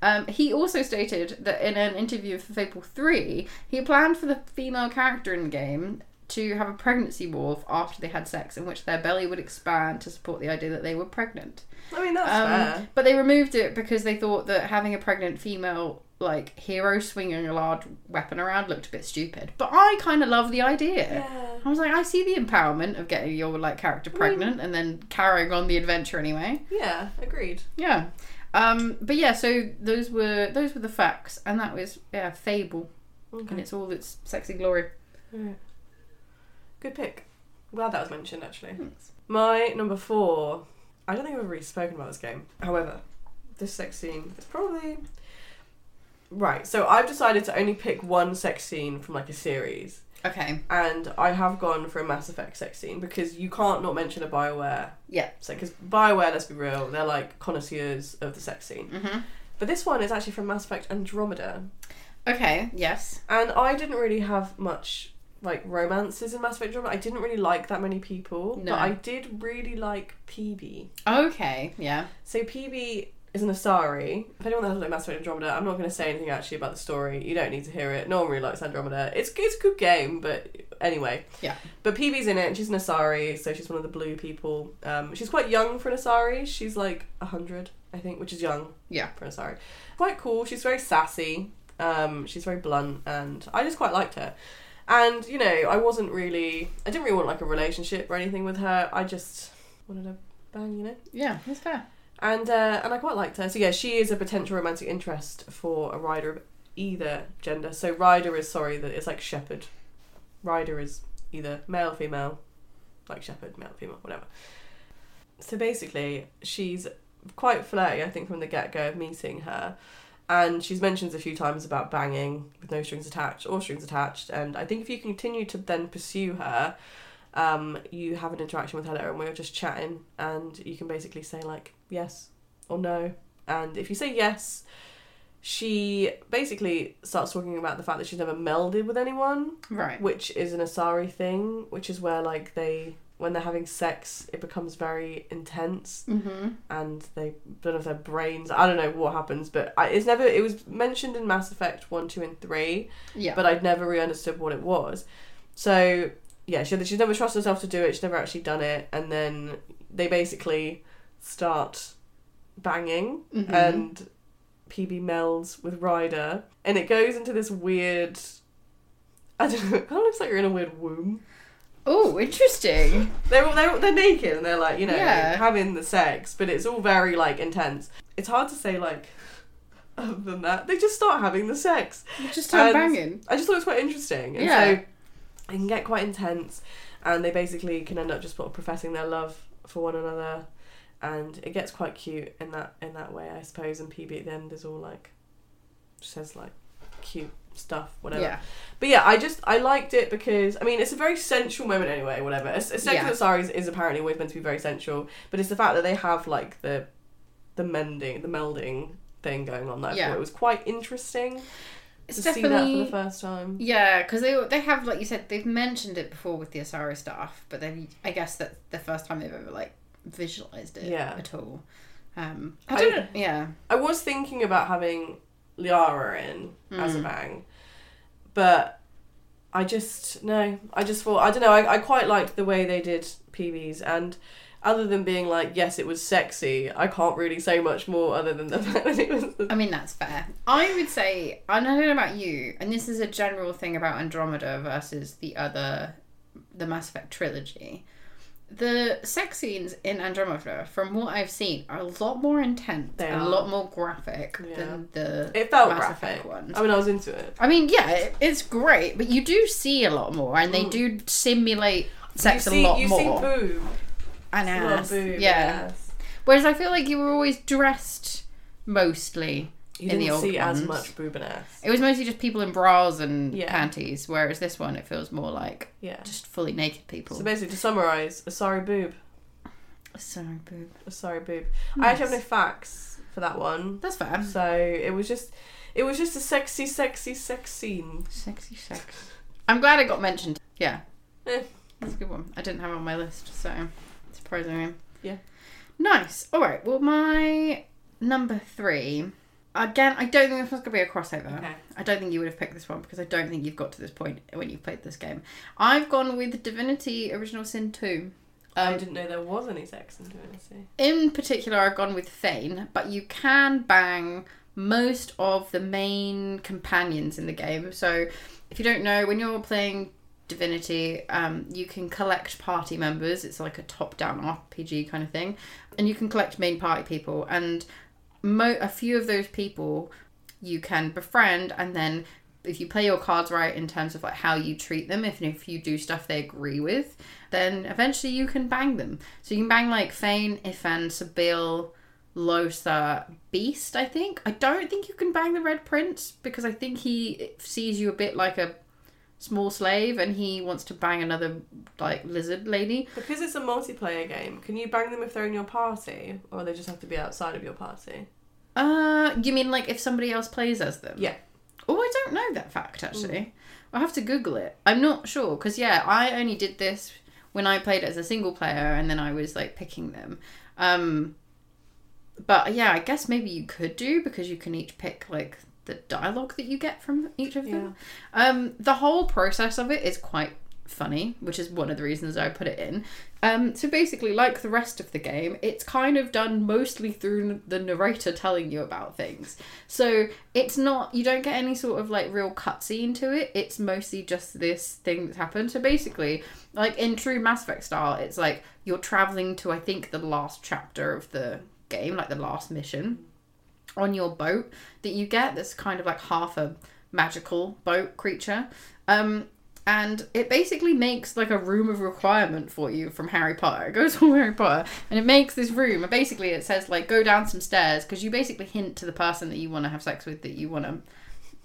S1: Um, he also stated that in an interview for Fable 3, he planned for the female character in the game to have a pregnancy morph after they had sex, in which their belly would expand to support the idea that they were pregnant.
S2: I mean that's fair.
S1: Um, but they removed it because they thought that having a pregnant female like hero swinging a large weapon around looked a bit stupid. But I kind of love the idea. I was like, I see the empowerment of getting your like character pregnant and then carrying on the adventure anyway.
S2: Yeah, agreed.
S1: Yeah. Um, but yeah, so those were those were the facts, and that was yeah, Fable, and it's all its sexy glory.
S2: Good pick. Glad that was mentioned actually. My number four. I don't think I've ever really spoken about this game. However, this sex scene is probably right. So I've decided to only pick one sex scene from like a series,
S1: Okay.
S2: and I have gone for a Mass Effect sex scene because you can't not mention a Bioware
S1: Yeah.
S2: So, because Bioware, let's be real, they're like connoisseurs of the sex scene. But this one is actually from Mass Effect Andromeda,
S1: Okay. Yes.
S2: and I didn't really have much like romances in Mass Effect Andromeda. I didn't really like that many people,
S1: No.
S2: but I did really like PB.
S1: Okay. Yeah.
S2: So PB is an Asari. If anyone that doesn't like Mass Effect Andromeda, I'm not going to say anything actually about the story. You don't need to hear it. No one really likes Andromeda. It's it's a good game, but anyway.
S1: Yeah.
S2: But PB's in it. and She's an Asari, so she's one of the blue people. Um, she's quite young for an Asari. She's like hundred, I think, which is young
S1: Yeah.
S2: for an Asari. Quite cool. She's very sassy. Um, she's very blunt, and I just quite liked her. And you know, I wasn't really, I didn't really want like a relationship or anything with her. I just wanted a bang, you know
S1: Yeah. That's fair.
S2: and uh, and I quite liked her. So yeah, she is a potential romantic interest for a rider of either gender. So rider is sorry that it's like shepherd. Rider is either male, female, like shepherd, male, female, whatever. So basically, she's quite flirty, I think, from the get go of meeting her. And she's mentions a few times about banging with no strings attached or strings attached. And I think if you continue to then pursue her, um, you have an interaction with her later and we were just chatting and you can basically say like yes or no and if you say yes she basically starts talking about the fact that she's never melded with anyone
S1: Right.
S2: which is an asari thing which is where like they when they're having sex it becomes very intense
S1: Mm-hmm.
S2: and they don't know if their brains i don't know what happens but I, it's never it was mentioned in mass effect 1 2 and 3
S1: Yeah.
S2: but I'd never really understood what it was. So yeah, she, she's never trusted herself to do it. She's never actually done it, and then
S1: Mm-hmm.
S2: they basically start banging, and PB melds with Ryder, and it goes into this weird. I don't know. It kind of looks like you're in a weird womb.
S1: Oh, interesting.
S2: They're all- they're all- they're naked and they're like you know
S1: Yeah.
S2: having the sex, but it's all very like intense. It's hard to say like other than that. They just start having the sex.
S1: Just start
S2: And
S1: banging.
S2: I just thought it was quite interesting. And
S1: Yeah.
S2: so it can get quite intense and they basically can end up just sort of professing their love for one another and it gets quite cute in that in that way, I suppose, and PB at the end is all like says like cute stuff, whatever.
S1: Yeah.
S2: But yeah, I just I liked it because I mean it's a very sensual moment anyway, whatever. A, a sex
S1: Yeah.
S2: with saris is apparently always meant to be very sensual, but it's the fact that they have like the the mending the melding thing going on that I
S1: Yeah.
S2: thought it was quite interesting
S1: It's
S2: to see that for
S1: definitely
S2: the first time.
S1: Yeah, because they they have like you said they've mentioned it before with the Asari stuff, but then I guess that's the first time they've ever like visualized it
S2: Yeah.
S1: at all. Um, I don't
S2: I-
S1: know. Yeah,
S2: I was thinking about having Liara in as a
S1: Hmm.
S2: bang, but I just no. I just thought I don't know. I, I quite liked the way they did PBs, and other than being like, yes, it was sexy. I can't really say much more other than the fact that it was.
S1: I mean that's fair. I would say I don't know about you, and this is a general thing about Andromeda versus the other the Mass Effect trilogy. The sex scenes in Andromeda, from what I've seen, are a lot more intense,
S2: They
S1: and a
S2: are.
S1: lot more graphic than the
S2: It felt
S1: Mass
S2: graphic.
S1: Effect ones.
S2: I mean, I was into it.
S1: I mean, yeah, it- it's great, but you do see a lot more, and they do simulate sex
S2: Mm. you see,
S1: a lot
S2: you
S1: more.
S2: see boob,
S1: and
S2: a lot of
S1: ass,
S2: boob,
S1: yeah.
S2: yes.
S1: Whereas I feel like you were always dressed mostly
S2: You
S1: in
S2: didn't
S1: the old
S2: see
S1: ones.
S2: as much boob and ass.
S1: It was mostly just people in bras and
S2: Yeah.
S1: panties, whereas this one it feels more like
S2: Yeah.
S1: just fully naked people.
S2: So basically, to summarize, a sorry boob,
S1: Sorry, boob.
S2: a sorry boob. I actually have no facts for that one.
S1: That's fair.
S2: So it was just, it was just a sexy, sexy, sex scene.
S1: Sexy sex. I'm glad it got mentioned. Yeah.
S2: Eh.
S1: That's a good one. I didn't have it on my list, so surprisingly.
S2: Yeah.
S1: Nice. All right. Well, my number three. Again, I don't think this one's gonna be a crossover.
S2: Okay.
S1: I don't think you would have picked this one because I don't think you've got to this point when you've played this game. I've gone with Divinity Original Sin Two. Um,
S2: I didn't know there was any sex in Divinity.
S1: In particular, I've gone with Fane, but you can bang most of the main companions in the game. So, if you don't know, when you're playing Divinity, um, you can collect party members. It's like a top down RPG kind of thing. And you can collect main party people. And mo- a few of those people you can befriend and then if you play your cards right in terms of like how you treat them if, if you do stuff they agree with then eventually you can bang them so you can bang like Fane, Ifan, Sabil, Losa, Beast I think I don't think you can bang the Red Prince because I think he sees you a bit like a small slave and he wants to bang another like lizard lady
S2: Because it's a multiplayer game, can you bang them if they're in your party, or they just have to be outside of your party?
S1: uh you mean like if somebody else plays as them Oh, I don't know that fact actually. I'll have to Google it. I'm not sure because yeah, I only did this when I played it as a single player, and then I was like picking them. Um, but yeah, I guess maybe you could do because you can each pick like the dialogue that you get from each of them. Um, the whole process of it is quite funny, which is one of the reasons I put it in. Um, so basically, like the rest of the game, it's kind of done mostly through the narrator telling you about things. So it's not, you don't get any sort of like real cutscene to it. It's mostly just this thing that's happened. So basically, like in true Mass Effect style, it's like you're traveling to, I think, the last chapter of the game, like the last mission on your boat that you get that's kind of like half a magical boat creature um and it basically makes like a room of requirement for you from Harry Potter. It goes on Harry Potter and it makes this room. And basically, it says, like, go down some stairs because you basically hint to the person that you want to have sex with that you want to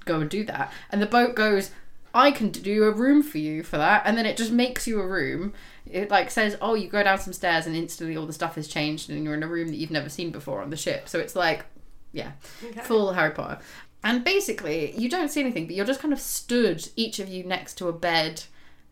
S1: go and do that. And the boat goes, I can do a room for you for that. And then it just makes you a room. It like says, oh, you go down some stairs and instantly all the stuff has changed and you're in a room that you've never seen before on the ship. So it's like, yeah, full Harry Potter. And basically, you don't see anything, but you're just kind of stood, each of you, next to a bed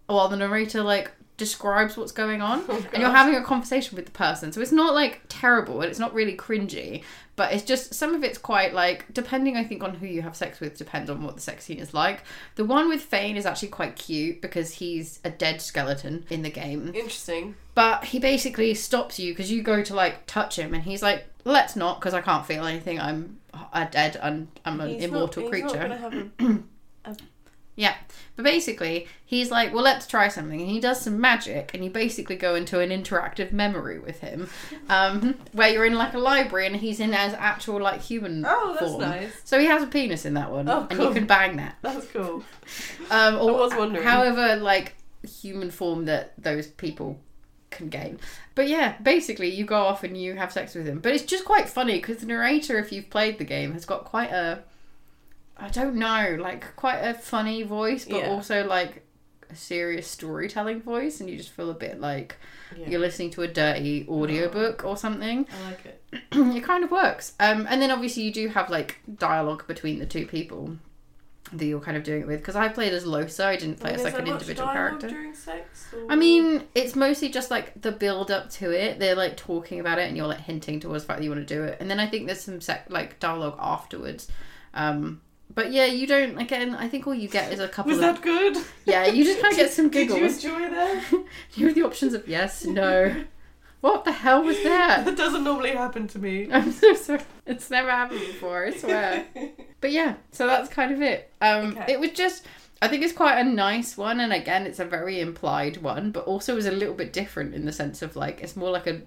S1: while the narrator like describes what's going on and you're having a conversation with the person so it's not like terrible and it's not really cringy but it's just some of it's quite like depending i think on who you have sex with depends on what the sex scene is like the one with Fane is actually quite cute because he's a dead skeleton in the game
S2: Interesting.
S1: but he basically stops you because you go to like touch him and he's like let's not because i can't feel anything i'm a dead and i'm an
S2: He's not-
S1: immortal
S2: he's
S1: creature
S2: Not gonna have a,
S1: yeah. But basically, he's like, well, let's try something. And he does some magic, and you basically go into an interactive memory with him, um, where you're in like a library and he's in as actual like human.
S2: Oh, that's
S1: form.
S2: nice.
S1: So he has a penis in that one,
S2: Oh,
S1: and
S2: cool.
S1: you can bang that.
S2: that's cool.
S1: Um, or
S2: I was wondering.
S1: However, like human form that those people can gain. But yeah, basically, you go off and you have sex with him. But it's just quite funny because the narrator, if you've played the game, has got quite a, I don't know, like quite a funny voice, but
S2: Yeah.
S1: also like a serious storytelling voice, and you just feel a bit like
S2: Yeah.
S1: you're listening to a dirty audiobook or something
S2: I like it.
S1: it kind of works. Um, and then obviously you do have like dialogue between the two people that you're kind of doing it with. Because I played as Losa, I didn't play
S2: And
S1: as
S2: is
S1: like
S2: there
S1: an
S2: much
S1: individual
S2: dialogue
S1: character.
S2: During sex, or-
S1: I mean, it's mostly just like the build up to it. They're like talking about it, and you're like hinting towards the fact that you want to do it. And then I think there's some sec- like dialogue afterwards. Um, but yeah, you don't. Again, I think all you get is a couple.
S2: was
S1: of,
S2: that good?
S1: Yeah, you just kind of get some
S2: Did you
S1: giggles.
S2: enjoy that?
S1: You have the options of yes, no. what the hell was that?
S2: That doesn't normally happen to me.
S1: I'm so sorry. It's never happened before, I swear. but yeah, so that's kind of it. Um,
S2: Okay.
S1: It was just, I think it's quite a nice one, and again, it's a very implied one, but also is a little bit different in the sense of like it's more like a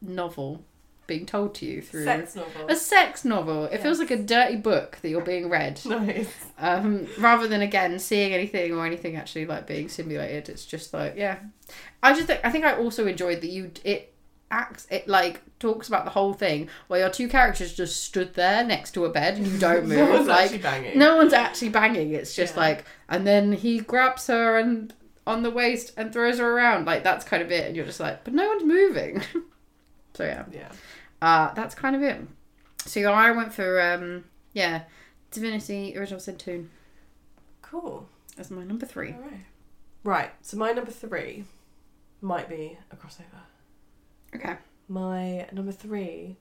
S1: novel being told to you through
S2: Sex novel.
S1: a sex novel. It feels like a dirty book that you're being read,
S2: Nice.
S1: um, rather than again seeing anything or anything actually like being simulated. It's just like yeah, I just think I think I also enjoyed that you it acts it like talks about the whole thing where your two characters just stood there next to a bed and you don't move.
S2: No one's
S1: like
S2: actually banging.
S1: no one's actually banging. It's just
S2: Yeah.
S1: like and then he grabs her and on the waist and throws her around. Like that's kind of it, and you're just like, but no one's moving. so yeah,
S2: Yeah.
S1: uh, that's kind of it. So yeah, I went for um yeah, Divinity Original Sin Tune
S2: Cool.
S1: as my number three.
S2: All right. Right. So my number three might be a crossover.
S1: Okay.
S2: My number three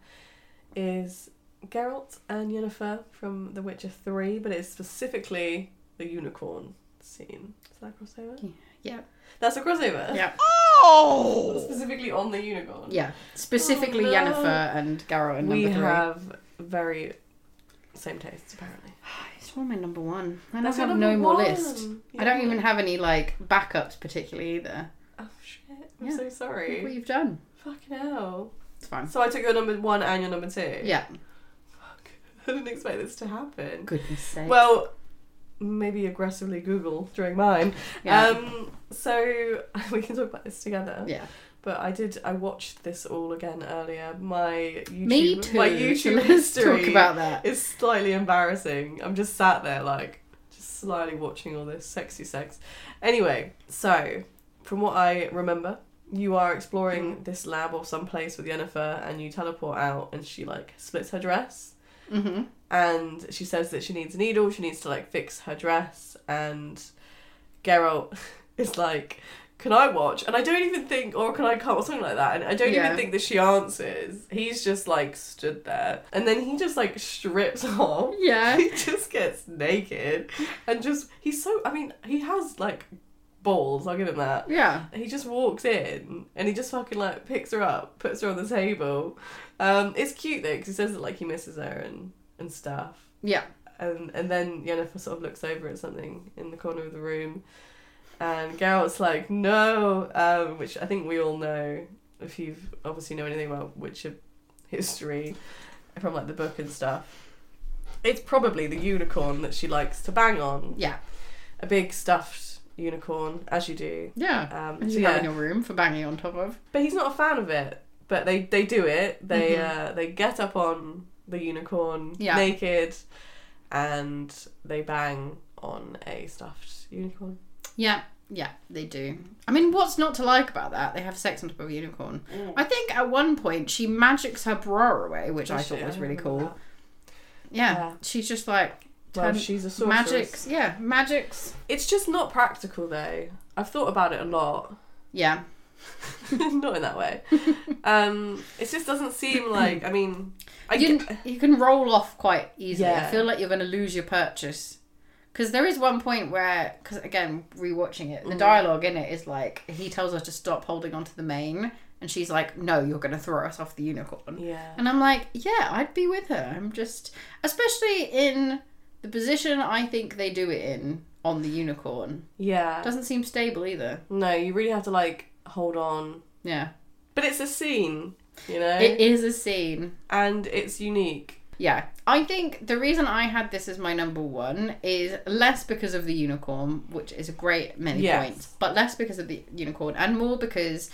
S2: is Geralt and Yennefer from The Witcher 3, but it's specifically the unicorn scene. Is that a
S1: Hmm.
S2: crossover?
S1: Yeah.
S2: That's a crossover.
S1: Yeah.
S2: Specifically on the unicorn.
S1: Yeah. Specifically
S2: Oh, no.
S1: Yennefer and Garrow and
S2: We
S1: number three.
S2: have very same tastes apparently.
S1: It's one of my number one. And I
S2: That's your
S1: have
S2: number
S1: no more
S2: one.
S1: list. I don't
S2: Yeah.
S1: even have any like backups particularly either.
S2: Oh shit! I'm
S1: Yeah.
S2: so
S1: Look what
S2: sorry.
S1: you've done.
S2: Fucking hell!
S1: It's fine.
S2: So I took your number one and your number two.
S1: Yeah.
S2: Fuck. I didn't expect this to happen.
S1: Goodness sake.
S2: Well, maybe aggressively Google during mine.
S1: Yeah.
S2: Um, so we can talk about this together.
S1: yeah.
S2: But I did. I watched this all again earlier. My YouTube,
S1: Me too.
S2: My
S1: So
S2: YouTube
S1: let's
S2: history
S1: talk about that.
S2: is slightly embarrassing. I'm just sat there like just slyly watching all this sexy sex. Anyway, so from what I remember, you are
S1: Mm.
S2: exploring this lab or someplace with Yennefer, and you teleport out, and she like splits her dress
S1: Mm-hmm.
S2: and she says that she needs a needle. She needs to like fix her dress, and Geralt is like, "Can I watch?" And I don't even think, or can I come, or something like that. And I don't
S1: Yeah.
S2: even think that she answers. He's just like stood there, and then he just like strips off.
S1: Yeah.
S2: he just gets naked, and just he's so. I mean, he has like balls. I'll give him that.
S1: Yeah.
S2: He just walks in and he just fucking like picks her up, puts her on the table. Um, it's cute though because he says that like he misses her and and stuff.
S1: Yeah.
S2: And and then Yennefer sort of looks over at something in the corner of the room, and Geralt's like no, um, which I think we all know if you've obviously know anything about Witcher history from like the book and stuff. It's probably the unicorn that she likes to bang on,
S1: Yeah.
S2: a big stuffed unicorn, as you do.
S1: Yeah.
S2: Um,
S1: And
S2: so
S1: you have
S2: yeah.
S1: in your room for banging on top of.
S2: But he's not a fan of it. But they they do it. They uh, they get up on the unicorn
S1: Mm-hmm. Yeah.
S2: naked, and they bang on a stuffed unicorn.
S1: Yeah, yeah, they do. I mean, what's not to like about that? They have sex on top of a unicorn.
S2: Mm.
S1: I think at one point she magics her bra away, which I thought
S2: Shit,
S1: was
S2: don't
S1: really cool.
S2: remember
S1: Yeah,
S2: Yeah.
S1: she's just like
S2: that. Well,
S1: turn-
S2: she's a sorceress.
S1: magics. Yeah, magics.
S2: It's just not practical though. I've thought about it a lot.
S1: Yeah.
S2: not in that way. Um, it just doesn't seem like. I mean, I
S1: You,
S2: get-
S1: you can roll off quite easily. I
S2: Yeah.
S1: feel like you're going to lose your purchase. Because there is one point where, because again, rewatching it,
S2: Mm.
S1: the dialogue in it is like he tells her to stop holding onto the mane, and she's like, "No, you're going to throw us off the unicorn."
S2: Yeah.
S1: And I'm like, "Yeah, I'd be with her." I'm just, especially in the position I think they do it in on the unicorn,
S2: yeah.
S1: doesn't seem stable either.
S2: no, you really have to like hold on.
S1: Yeah,
S2: But it's a scene, you know,
S1: it is a scene.
S2: and it's unique.
S1: Yeah, I think the reason I had this as my number one is less because of the unicorn, which is a great many
S2: Yes.
S1: points, but less because of the unicorn and more because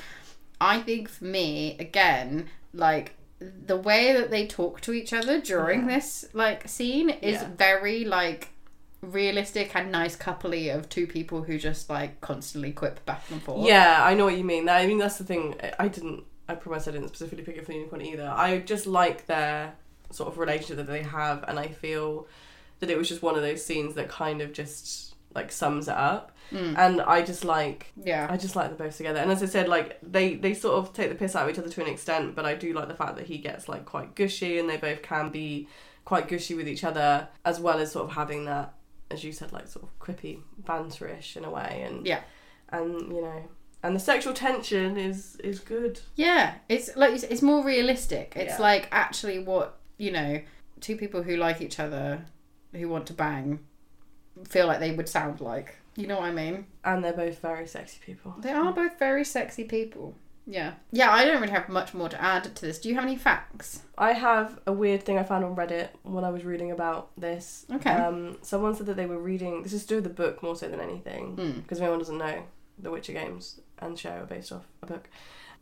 S1: I think for me, again, like the way that they talk to each other during this like scene is
S2: Yeah.
S1: very like realistic and nice coupley of two people who just like constantly quip back and forth.
S2: Yeah, I know what you mean. That- I mean, that's the thing. I- I didn't. I promise I didn't specifically pick it for the unicorn either. I just like their sort of relationship that they have, and I feel that it was just one of those scenes that kind of just like sums it up. And I just like,
S1: Yeah.
S2: I just like them both together. And as I said, like they they sort of take the piss out of each other to an extent, but I do like the fact that he gets like quite gushy, and they both can be quite gushy with each other, as well as sort of having that, as you said, like sort of quippy banterish in a way. And
S1: Yeah.
S2: and you know and the sexual tension is is good
S1: Yeah, it's like you said, it's more realistic. It's
S2: Yeah.
S1: like actually what you know, two people who like each other, who want to bang, feel like they would sound like. You know what I mean?
S2: and they're both very sexy people
S1: They are both very sexy people. Yeah, yeah. I don't really have much more to add to this. Do you have any facts?
S2: i have a weird thing i found on reddit when i was reading about this
S1: Okay.
S2: um someone said that they were reading this is through the book more so than anything because if anyone doesn't know the witcher games and show are based off a book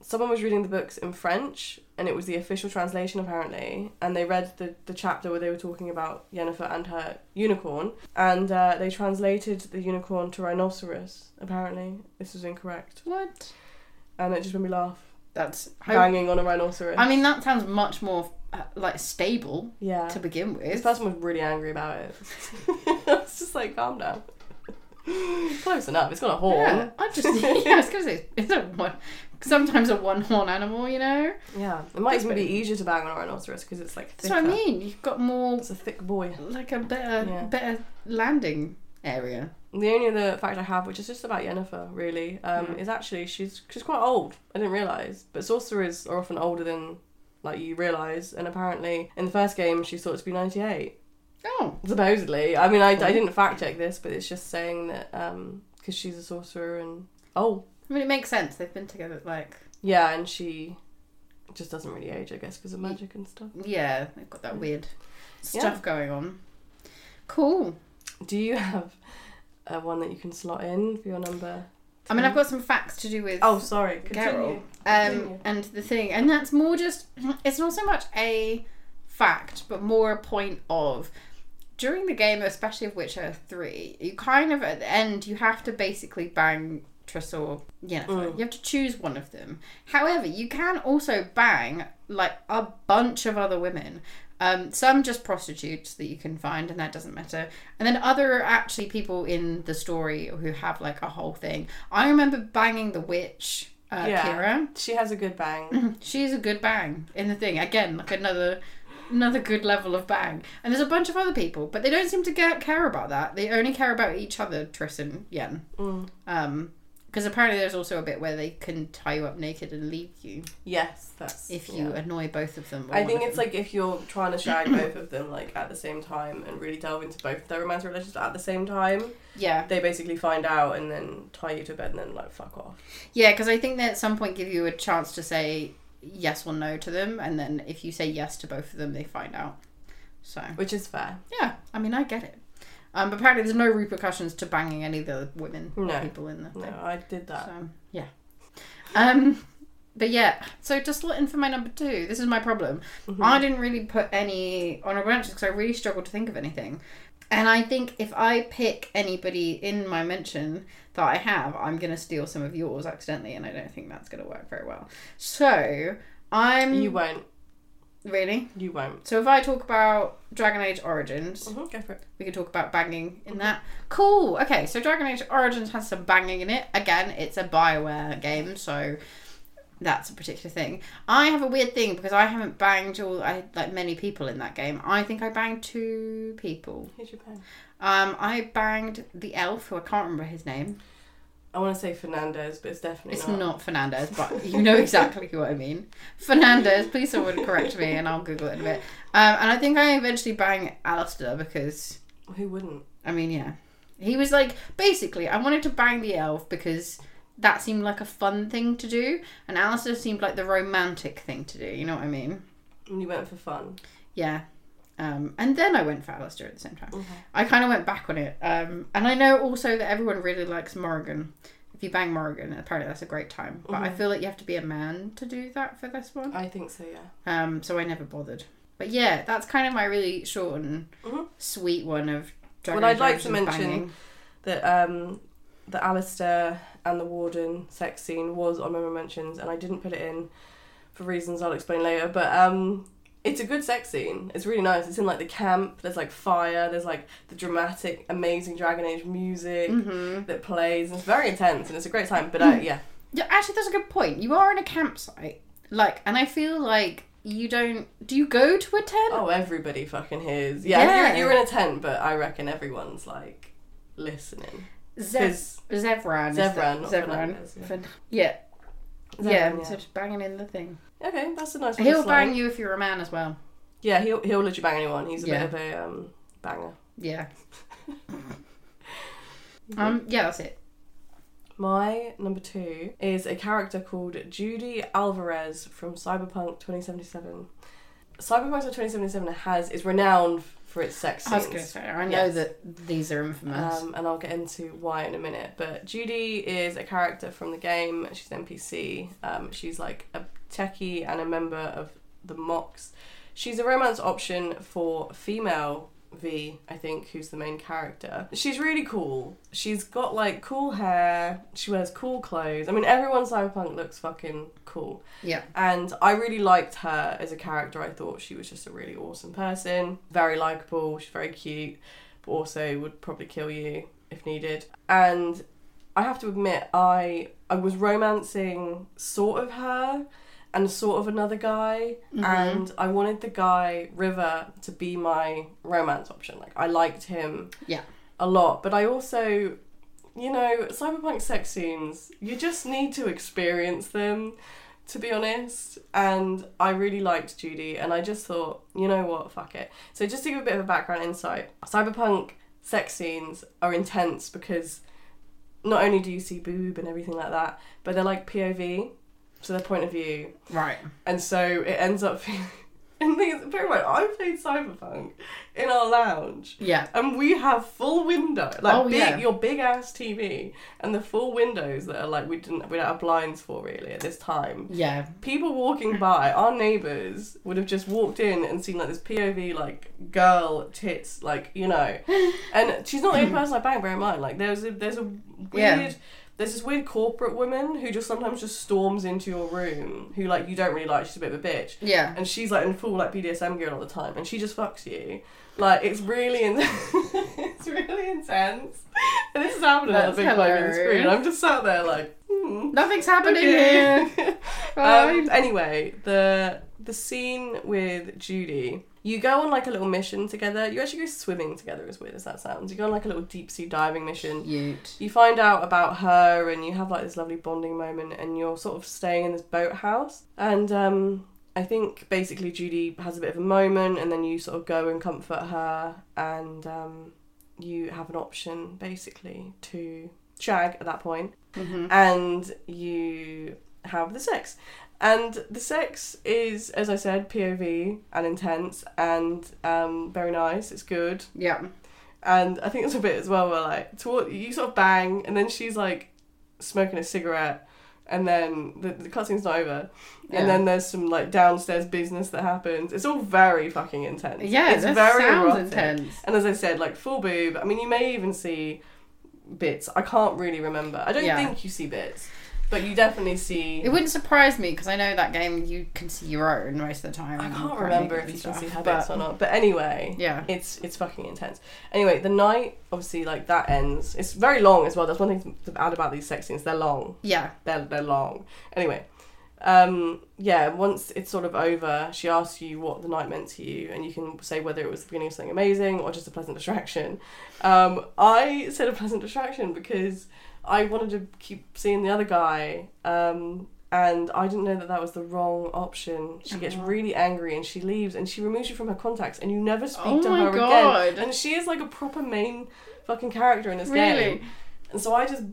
S2: someone was reading the books in french and it was the official translation apparently and they read the, the chapter where they were talking about yennefer and her unicorn and uh, they translated the unicorn to rhinoceros apparently this was incorrect
S1: What?
S2: and it just made me laugh.
S1: That's. I,
S2: Banging on a rhinoceros.
S1: I mean, that sounds much more uh, like stable
S2: yeah.
S1: to begin
S2: this
S1: with.
S2: person was really angry about it. I was just like, calm down. Close enough. It's got a horn.
S1: Yeah, I just. yeah, I was gonna say it's a one. Sometimes a one horn animal, you know.
S2: Yeah. It might even be
S1: Different.
S2: easier to bang on a rhinoceros because it's like
S1: That's
S2: thicker.
S1: what I mean. You've got more
S2: It's a thick boy.
S1: like a better
S2: Yeah.
S1: better landing area.
S2: The only other fact I have, which is just about Yennefer, really, um, is actually she's she's quite old. I didn't realize, but sorcerers are often older than like you realize. And apparently, in the first game, she's thought to be ninety eight.
S1: Oh,
S2: supposedly. I mean, I, I didn't fact check this, but it's just saying that um because she's a sorcerer and oh
S1: I mean, it makes sense. They've been together like
S2: yeah, and she just doesn't really age, I guess, because of magic and stuff.
S1: yeah, they've got that weird
S2: Mm. Yeah.
S1: stuff going on. Cool.
S2: Do you have uh, one that you can slot in for your number?
S1: I mean, I've got some facts to do with
S2: Oh, sorry.
S1: Geralt
S2: Continue.
S1: um,
S2: Continue.
S1: and the thing, and that's more just. It's not so much a fact, but more a point of. During the game, especially of Witcher 3, you kind of, at the end, you have to basically bang Triss or Yennefer. You have to choose one of them. However, you can also bang, like, a bunch of other women. Um, some just prostitutes that you can find, and that doesn't matter. And then other are actually people in the story who have, like, a whole thing. I remember banging the witch, uh,
S2: Yeah.
S1: Kira.
S2: She has a good bang.
S1: She's a good bang in the thing. Again, like another another good level of bang. And there's a bunch of other people, but they don't seem to get, care about that. They only care about each other, Triss and Yen.
S2: Mm.
S1: Um, because apparently there's also a bit where they can tie you up naked and leave you
S2: yes, that's
S1: if you
S2: yeah.
S1: annoy both of them. or
S2: I
S1: one
S2: think
S1: of
S2: it's
S1: them.
S2: like if you're trying to shag both of them like at the same time and really delve into both their romantic relationships at the same time,
S1: yeah,
S2: they basically find out and then tie you to bed and then like fuck off.
S1: yeah. Because I think they at some point give you a chance to say yes or no to them, and then if you say yes to both of them, they find out. So
S2: Which is fair.
S1: Yeah, I mean, I get it. Um, but apparently, there's no repercussions to banging any of the women or
S2: No.
S1: people in the
S2: No,
S1: thing.
S2: I did that.
S1: So, yeah. Um, but yeah, so just slot in for my number two. This is my problem.
S2: Mm-hmm.
S1: I didn't really put any honorable mentions because I really struggled to think of anything. And I think if I pick anybody in my mention that I have, I'm going to steal some of yours accidentally, and I don't think that's going to work very well. So I'm.
S2: You won't.
S1: Really?
S2: You won't.
S1: So if I talk about Dragon Age Origins,
S2: Mhm, Go for it.
S1: we can talk about banging in that. Cool. Okay, so Dragon Age Origins has some banging in it. Again, it's a Bioware game, so that's a particular thing. I have a weird thing because I haven't banged all I like many people in that game. I think I banged two people.
S2: Here's your pen.
S1: Um, I banged the elf who I can't remember his name.
S2: I want to say Fernandez, but it's definitely
S1: It's not Fernandez, but you know exactly what I mean. Fernandez, please someone correct me and I'll Google it in a bit. Um, and I think I eventually bang Alistair because,
S2: Who wouldn't?
S1: I mean, yeah. He was like, basically, I wanted to bang the elf because that seemed like a fun thing to do, and Alistair seemed like the romantic thing to do, you know what I mean?
S2: And you went for fun.
S1: Yeah. Um, and then I went for Alistair at the same time.
S2: Mm-hmm.
S1: I kind of went back on it. Um, and I know also that everyone really likes Morrigan. If you bang Morrigan, apparently that's a great time. But
S2: Mm-hmm.
S1: I feel like you have to be a man to do that for this one.
S2: I think so, yeah.
S1: Um, so I never bothered. But yeah, that's kind of my really short and sweet one of Dragon
S2: Mm-hmm. Well, I'd
S1: Age
S2: like to
S1: Origins
S2: mention
S1: banging.
S2: that um, the Alistair and the Warden sex scene was on my mentions, and I didn't put it in for reasons I'll explain later. But um, it's a good sex scene. It's really nice. It's in like the camp. There's like fire. There's like the dramatic, amazing Dragon Age music
S1: Mm-hmm.
S2: that plays. And it's very intense, and it's a great time. But uh, yeah,
S1: Yeah, actually, that's a good point. You are in a campsite. Like, and I feel like you don't. Do you go to a tent?
S2: oh, everybody fucking hears. Yeah,
S1: Yeah.
S2: You're, you're in a tent, but I reckon everyone's like listening.
S1: Zev-
S2: 'Cause-
S1: Zevran. is the-
S2: Zevran, not
S1: Zevran.
S2: Fernandez, yeah.
S1: Fern- Yeah.
S2: Zevran,
S1: yeah,
S2: yeah.
S1: so just banging in the thing.
S2: Okay, that's a nice. one to
S1: He'll
S2: slide.
S1: bang you if you're a man as well.
S2: Yeah, he'll he'll literally bang anyone. He's a
S1: Yeah.
S2: bit of a um, banger.
S1: Yeah. um. Yeah, that's it.
S2: My number two is a character called Judy Alvarez from Cyberpunk 2077. Cyberpunk 2077 has is renowned for its sex
S1: I was
S2: scenes.
S1: gonna say. I know
S2: Yes.
S1: that these are infamous.
S2: Um, and I'll get into why in a minute. But Judy is a character from the game. She's an NPC. Um, she's like a techie and a member of the Mox. She's a romance option for female V, I think, who's the main character. She's really cool. She's got like cool hair. She wears cool clothes. I mean, everyone cyberpunk looks fucking cool.
S1: yeah.
S2: And I really liked her as a character. I thought she was just a really awesome person, very likable, she's very cute, but also would probably kill you if needed. And I have to admit, I I was romancing sort of her and sort of another guy, and I wanted the guy River to be my romance option. Like I liked him
S1: Yeah.
S2: a lot, but I also, you know, cyberpunk sex scenes, you just need to experience them, to be honest. And I really liked Judy, and I just thought, you know what, fuck it. So, just to give a bit of a background insight, cyberpunk sex scenes are intense because not only do you see boob and everything like that, but they're like POV, so they're point of view
S1: Right.
S2: and so it ends up being. And these, bear in mind, I played Cyberpunk in our lounge.
S1: Yeah.
S2: And we have full window, like
S1: Oh,
S2: big,
S1: yeah.
S2: your big ass TV, and the full windows that are like we didn't, we don't have blinds for really at this time.
S1: Yeah.
S2: People walking by, our neighbours would have just walked in and seen like this POV, like girl tits, like you know. And she's not the only person I bang. Bear in mind, like there's a there's a
S1: Yeah.
S2: weird. There's this weird corporate woman who just sometimes just storms into your room, who like you don't really like. She's a bit of a bitch.
S1: Yeah.
S2: And she's like in full like BDSM gear all the time, and she just fucks you. Like it's really in- it's really intense. And this is happening on
S1: That's
S2: the big fucking
S1: hilarious.
S2: screen. I'm just sat there like. Hmm.
S1: Nothing's happening
S2: Okay.
S1: here. Fine.
S2: um, anyway, the the scene with Judy, you go on like a little mission together. You actually go swimming together, as weird as that sounds. You go on like a little deep sea diving mission.
S1: Cute.
S2: You find out about her, and you have like this lovely bonding moment, and you're sort of staying in this boathouse. And um, I think basically Judy has a bit of a moment, and then you sort of go and comfort her, and um, you have an option basically to shag at that point and you have the sex. And the sex is, as I said, POV and intense and um, very nice. It's good.
S1: Yeah.
S2: And I think there's a bit as well where like toward, you sort of bang, and then she's like smoking a cigarette, and then the, the cutscene's not over,
S1: Yeah.
S2: and then there's some like downstairs business that happens. It's all very fucking intense.
S1: Yeah,
S2: it's
S1: that sounds intense.
S2: And as I said, like full boob. I mean, you may even see bits. I can't really remember. I don't
S1: Yeah.
S2: think you see bits. But you definitely see.
S1: It wouldn't surprise me because I know that game you can see your own most of the time.
S2: I
S1: and
S2: can't
S1: quite
S2: remember
S1: make
S2: if you
S1: it
S2: can see
S1: stuff,
S2: habits
S1: but-
S2: or not. But anyway,
S1: Yeah.
S2: it's it's fucking intense. Anyway, the night obviously like that ends. It's very long as well. That's one thing to add about these sex scenes. They're long.
S1: Yeah.
S2: They're they're long. Anyway, um, yeah. Once it's sort of over, she asks you what the night meant to you, and you can say whether it was the beginning of something amazing or just a pleasant distraction. Um, I said a pleasant distraction because I wanted to keep seeing the other guy. Um, and I didn't know that that was the wrong option. She
S1: Uh-huh.
S2: gets really angry and she leaves and she removes you from her contacts and you never speak
S1: Oh
S2: to
S1: my
S2: her
S1: God.
S2: again. And she is like a proper main fucking character in this
S1: Really?
S2: game. And so I just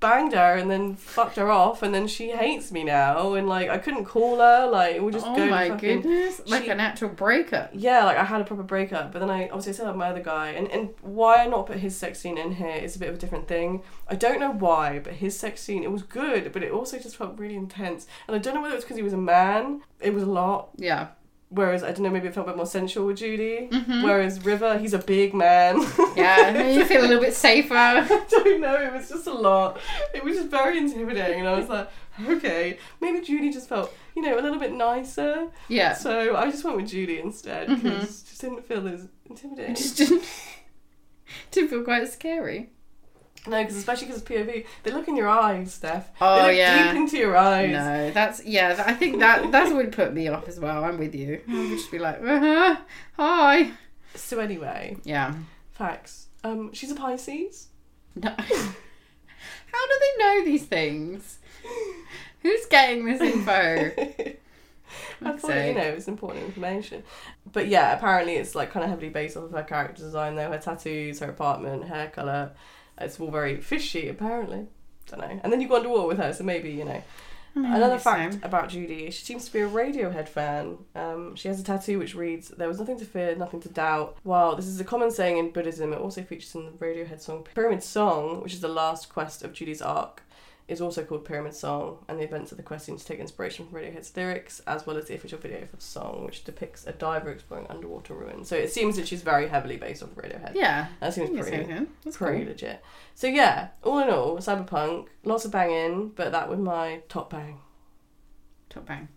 S2: banged her and then fucked her off and then she hates me now and like I couldn't call her like we just
S1: Oh
S2: go to
S1: my
S2: fucking-
S1: goodness! Like
S2: she-
S1: an actual breakup.
S2: yeah, like I had a proper breakup, but then I obviously I said about my other guy, and, and why I not put his sex scene in here is a bit of a different thing. I don't know why, but his sex scene it was good, but it also just felt really intense, and I don't know whether it was because he was a man, it was a lot,
S1: Yeah.
S2: whereas I don't know maybe it felt a bit more sensual with Judy, whereas River he's a big man,
S1: Mm-hmm. Yeah. you feel a little bit safer.
S2: I don't know, it was just a lot, it was just very intimidating, and I was like, okay, maybe Judy just felt you know a little bit nicer,
S1: Yeah. Mm-hmm.
S2: so I just went with Judy instead because just didn't feel as intimidating.
S1: Just didn't. Did feel quite scary.
S2: No, because especially because it's POV, they look in your eyes, Steph.
S1: Oh,
S2: they look
S1: yeah.
S2: deep into your eyes.
S1: No, that's yeah. th- I think that that's what put me off as well. I'm with you. I would just be like, uh-huh, hi.
S2: So anyway,
S1: Yeah.
S2: facts. Um, she's a Pisces.
S1: No. How do they know these things? Who's getting this info?
S2: I thought
S1: sake.
S2: you know it was important information, but yeah, apparently it's like kind of heavily based off of her character design, though her tattoos, her apartment, hair color. It's all very fishy, apparently. Don't know. And then you go underwater with her, so maybe you know. Another fact
S1: so.
S2: about Judy, she seems to be a Radiohead fan. Um, she has a tattoo which reads, There was nothing to fear, nothing to doubt. While this is a common saying in Buddhism, it also features in the Radiohead song Pyramid Song, which is the last quest of Judy's arc, is also called Pyramid Song, and the events of the quest seem to take inspiration from Radiohead's lyrics, as well as the official video for the song, which depicts a diver exploring underwater ruins. So it seems that she's very heavily based off Radiohead.
S1: Yeah.
S2: That seems
S1: I think it's
S2: pretty
S1: okay. That's
S2: pretty
S1: cool.
S2: legit. So yeah, all in all, Cyberpunk, lots of banging, but that was my top bang.
S1: Top bang.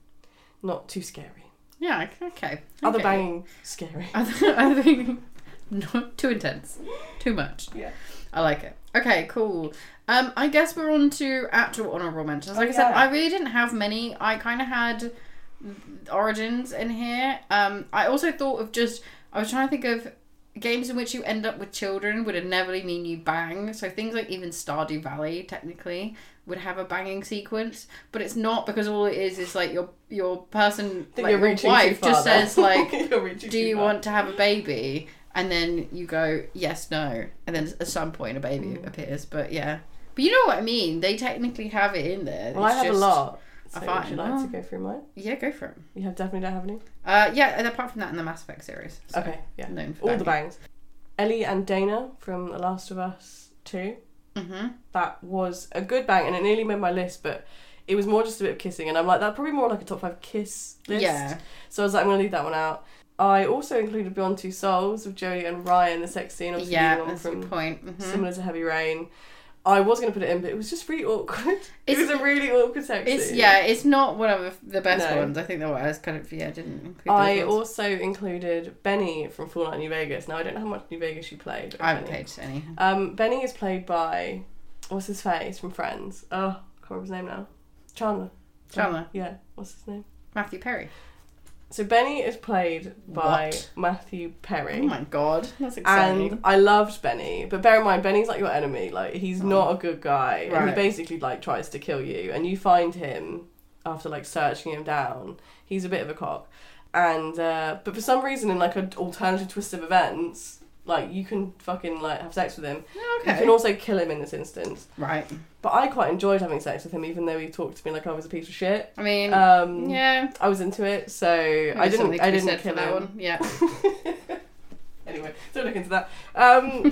S2: Not too scary.
S1: Yeah. Okay. okay.
S2: Other banging, scary.
S1: Other, other bang. Not too intense. Too much.
S2: Yeah.
S1: I like it. Okay, cool. Um, I guess we're on to actual honorable mentions. Like I said,
S2: Oh, yeah.
S1: I really didn't have many. I kind of had origins in here. Um, I also thought of just. I was trying to think of games in which you end up with children would inevitably mean you bang. So things like even Stardew Valley, technically, would have a banging sequence, but it's not because all it is is like your your person,
S2: That
S1: like
S2: you're
S1: your
S2: reaching too
S1: wife,
S2: far
S1: just
S2: there.
S1: says like,
S2: You're reaching
S1: "Do
S2: too
S1: you
S2: far."
S1: want to have a baby?" And then you go, "Yes, no," and then at some point a baby
S2: Mm.
S1: appears. But yeah, but you know what I mean. They technically have it in there.
S2: Well, I
S1: It's
S2: have a
S1: just-
S2: lot. So
S1: I
S2: would
S1: find-
S2: you like
S1: oh.
S2: to go through mine?
S1: Yeah, go for it.
S2: You have definitely don't have any.
S1: Uh, yeah, and apart from that, in the Mass Effect series. So.
S2: Okay, yeah.
S1: known for
S2: All the bangs. Ellie and Dana from The Last of Us Two.
S1: Mhm.
S2: That was a good bang, and it nearly made my list, but it was more just a bit of kissing, and I'm like, that probably more like a top five kiss list.
S1: Yeah.
S2: So I was like, I'm gonna leave that one out. I also included Beyond Two Souls with Joey and Ryan, the sex scene. Obviously
S1: Yeah,
S2: the one
S1: that's a
S2: from
S1: good point. Mhm.
S2: Similar to Heavy Rain. I was gonna put it in, but it was just really awkward. it
S1: It's-
S2: was a really awkward sex
S1: It's
S2: scene.
S1: yeah, it's not one of the best
S2: No.
S1: ones. I think that I was kind of yeah, I didn't include. those
S2: I
S1: ones.
S2: also included Benny from Fallout New Vegas. Now I don't know how much New Vegas you played. but
S1: I haven't
S2: Benny.
S1: played any.
S2: Um, Benny is played by what's his face from Friends. Oh, can't remember his name now. Chandler.
S1: Chandler.
S2: Yeah, what's his name?
S1: Matthew Perry.
S2: So Benny is played by
S1: What?
S2: Matthew Perry.
S1: Oh my god, that's exciting.
S2: and I loved Benny, but bear in mind Benny's like your enemy. Like he's not a good guy, and he
S1: Oh. Right.
S2: basically like tries to kill you. And you find him after like searching him down. He's a bit of a cock, and uh, but for some reason in like an alternative twist of events, like you can fucking like have sex with him. You
S1: Oh, okay.
S2: can also kill him in this instance.
S1: right.
S2: But I quite enjoyed having sex with him, even though he talked to me like I was a piece of shit.
S1: I mean,
S2: Um,
S1: yeah.
S2: I was into it, so I
S1: there's something
S2: didn't.
S1: to
S2: I
S1: be
S2: didn't
S1: said
S2: kill
S1: for that
S2: him
S1: one. Yeah.
S2: anyway, don't look into that. Um,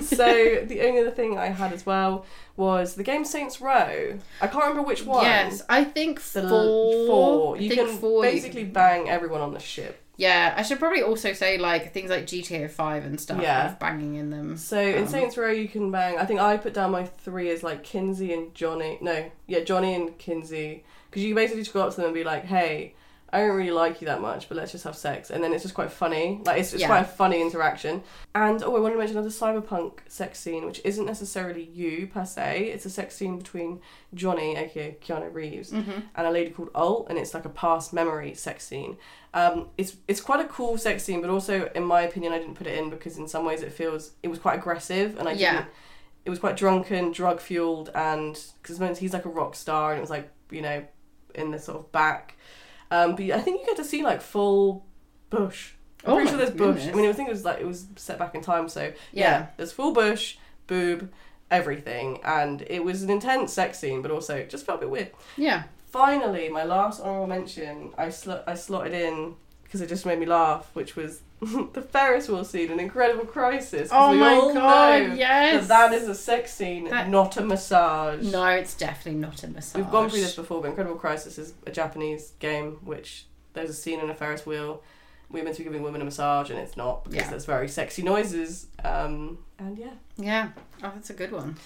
S2: so the only other thing I had as well was the game Saints Row. I can't remember which one.
S1: Yes, I think
S2: the
S1: four.
S2: l- four.
S1: I
S2: You
S1: think
S2: can
S1: four. you
S2: basically bang everyone on the ship.
S1: Yeah, I should probably also say like things like GTA Five and stuff.
S2: Yeah.
S1: with banging in them.
S2: So in Saints Row, you can bang. I think I put down my three as like Kinsey and Johnny. No, yeah, Johnny and Kinsey, because you basically just go up to them and be like, "Hey, I don't really like you that much, but let's just have sex." And then it's just quite funny. Like it's, it's
S1: Yeah.
S2: quite a funny interaction. And oh, I wanted to mention another cyberpunk sex scene, which isn't necessarily you per se. It's a sex scene between Johnny, aka Keanu Reeves, and a lady called Ult, and it's like a past memory sex scene. Um, it's it's quite a cool sex scene, but also in my opinion, I didn't put it in because in some ways it feels it was quite aggressive, and I
S1: Yeah.
S2: didn't. It was quite drunken, drug fueled, and because he's like a rock star, and it was like you know, in the sort of back. Um, but I think you get to see like full bush. I'm
S1: Oh
S2: pretty
S1: my
S2: sure there's bush. I
S1: goodness.
S2: mean, I think it was like it was set back in time, so yeah,
S1: Yeah.
S2: there's full bush, boob, everything, and it was an intense sex scene, but also it just felt a bit weird
S1: Yeah,
S2: finally, my last honorable mention, I sl- I slotted in because it just made me laugh, which was the Ferris wheel scene in Incredible Crisis. 'cause
S1: Oh
S2: we
S1: my
S2: all
S1: God,
S2: know
S1: yes.
S2: that, that is a sex scene,
S1: That-
S2: not a massage.
S1: no, it's definitely not a massage.
S2: We've gone through this before, but Incredible Crisis is a Japanese game which there's a scene in a Ferris wheel. We're meant to be giving women a massage, and it's not because
S1: Yeah.
S2: there's very sexy noises. Um, and yeah,
S1: Yeah, oh, that's a good one.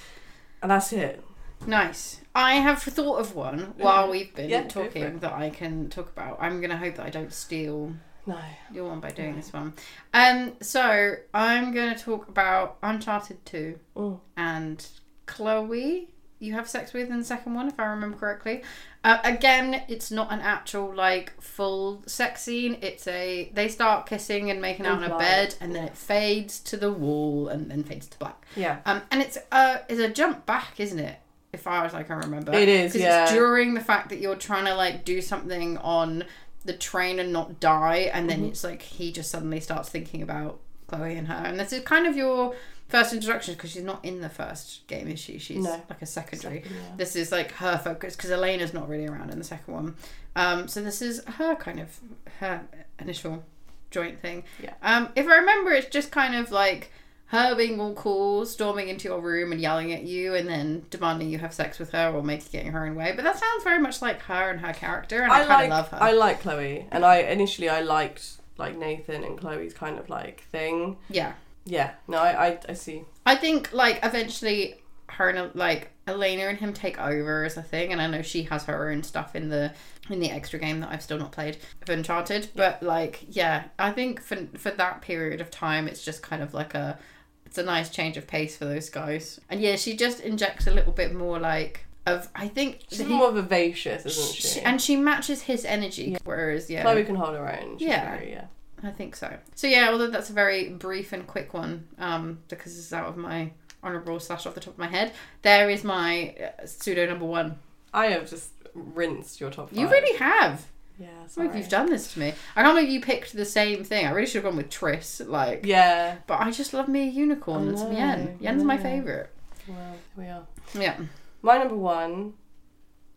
S2: and that's it.
S1: Nice. I have thought of one while we've been
S2: Yeah, go for
S1: talking
S2: it.
S1: that I can talk about. I'm gonna hope that I don't steal
S2: No,
S1: your one by doing this one. Um, so I'm gonna talk about Uncharted Two
S2: Mm.
S1: and Chloe. You have sex with in the second one, if I remember correctly. Uh, again, it's not an actual like full sex scene. It's a they start kissing and making out on a
S2: Implied.
S1: bed, and then it fades to the wall and then fades to black.
S2: yeah,
S1: Um, and it's a it's a jump back, isn't it? If far as I can remember,
S2: It is,
S1: 'Cause
S2: yeah.
S1: It's during the fact that you're trying to like do something on the train and not die, and then
S2: Mm-hmm.
S1: it's like he just suddenly starts thinking about Chloe and her, and this is kind of your first introduction because she's not in the first game, is she? She's
S2: No.
S1: like a secondary. This is like her focus because Elena's not really around in the second one. Um, so this is her kind of her initial joint thing.
S2: Yeah.
S1: Um, if I remember, it's just kind of like her being all cool, storming into your room and yelling at you, and then demanding you have sex with her or making getting her own way. But that sounds very much like her and her character, and I,
S2: I
S1: kind
S2: like
S1: of love her.
S2: I like Chloe, and I initially I liked like Nathan and Chloe's kind of like thing.
S1: yeah.
S2: Yeah, no, I I, I see.
S1: I think like eventually her and like Elena and him take over as a thing, and I know she has her own stuff in the in the extra game that I've still not played of Uncharted. But like, yeah, I think for for that period of time, it's just kind of like a it's a nice change of pace for those guys. And yeah, she just injects a little bit more like of I think
S2: She's
S1: he-
S2: more vivacious, isn't she?
S1: she- and she matches his energy, whereas yeah,
S2: Chloe can hold her own. She's
S1: Yeah.
S2: very, yeah.
S1: I think so. So yeah, although that's a very brief and quick one, um, because it's out of my honourable slash off the top of my head, there is my uh, pseudo number one.
S2: I have just rinsed your top five.
S1: You really have.
S2: Yeah.
S1: I can't
S2: Sorry.
S1: believe you've done this to me. I can't believe you picked the same thing. I really should have gone with Tris, like.
S2: Yeah.
S1: But I just love me a unicorn and some yen. Yen's my favourite.
S2: Well, we are.
S1: Yeah.
S2: My number one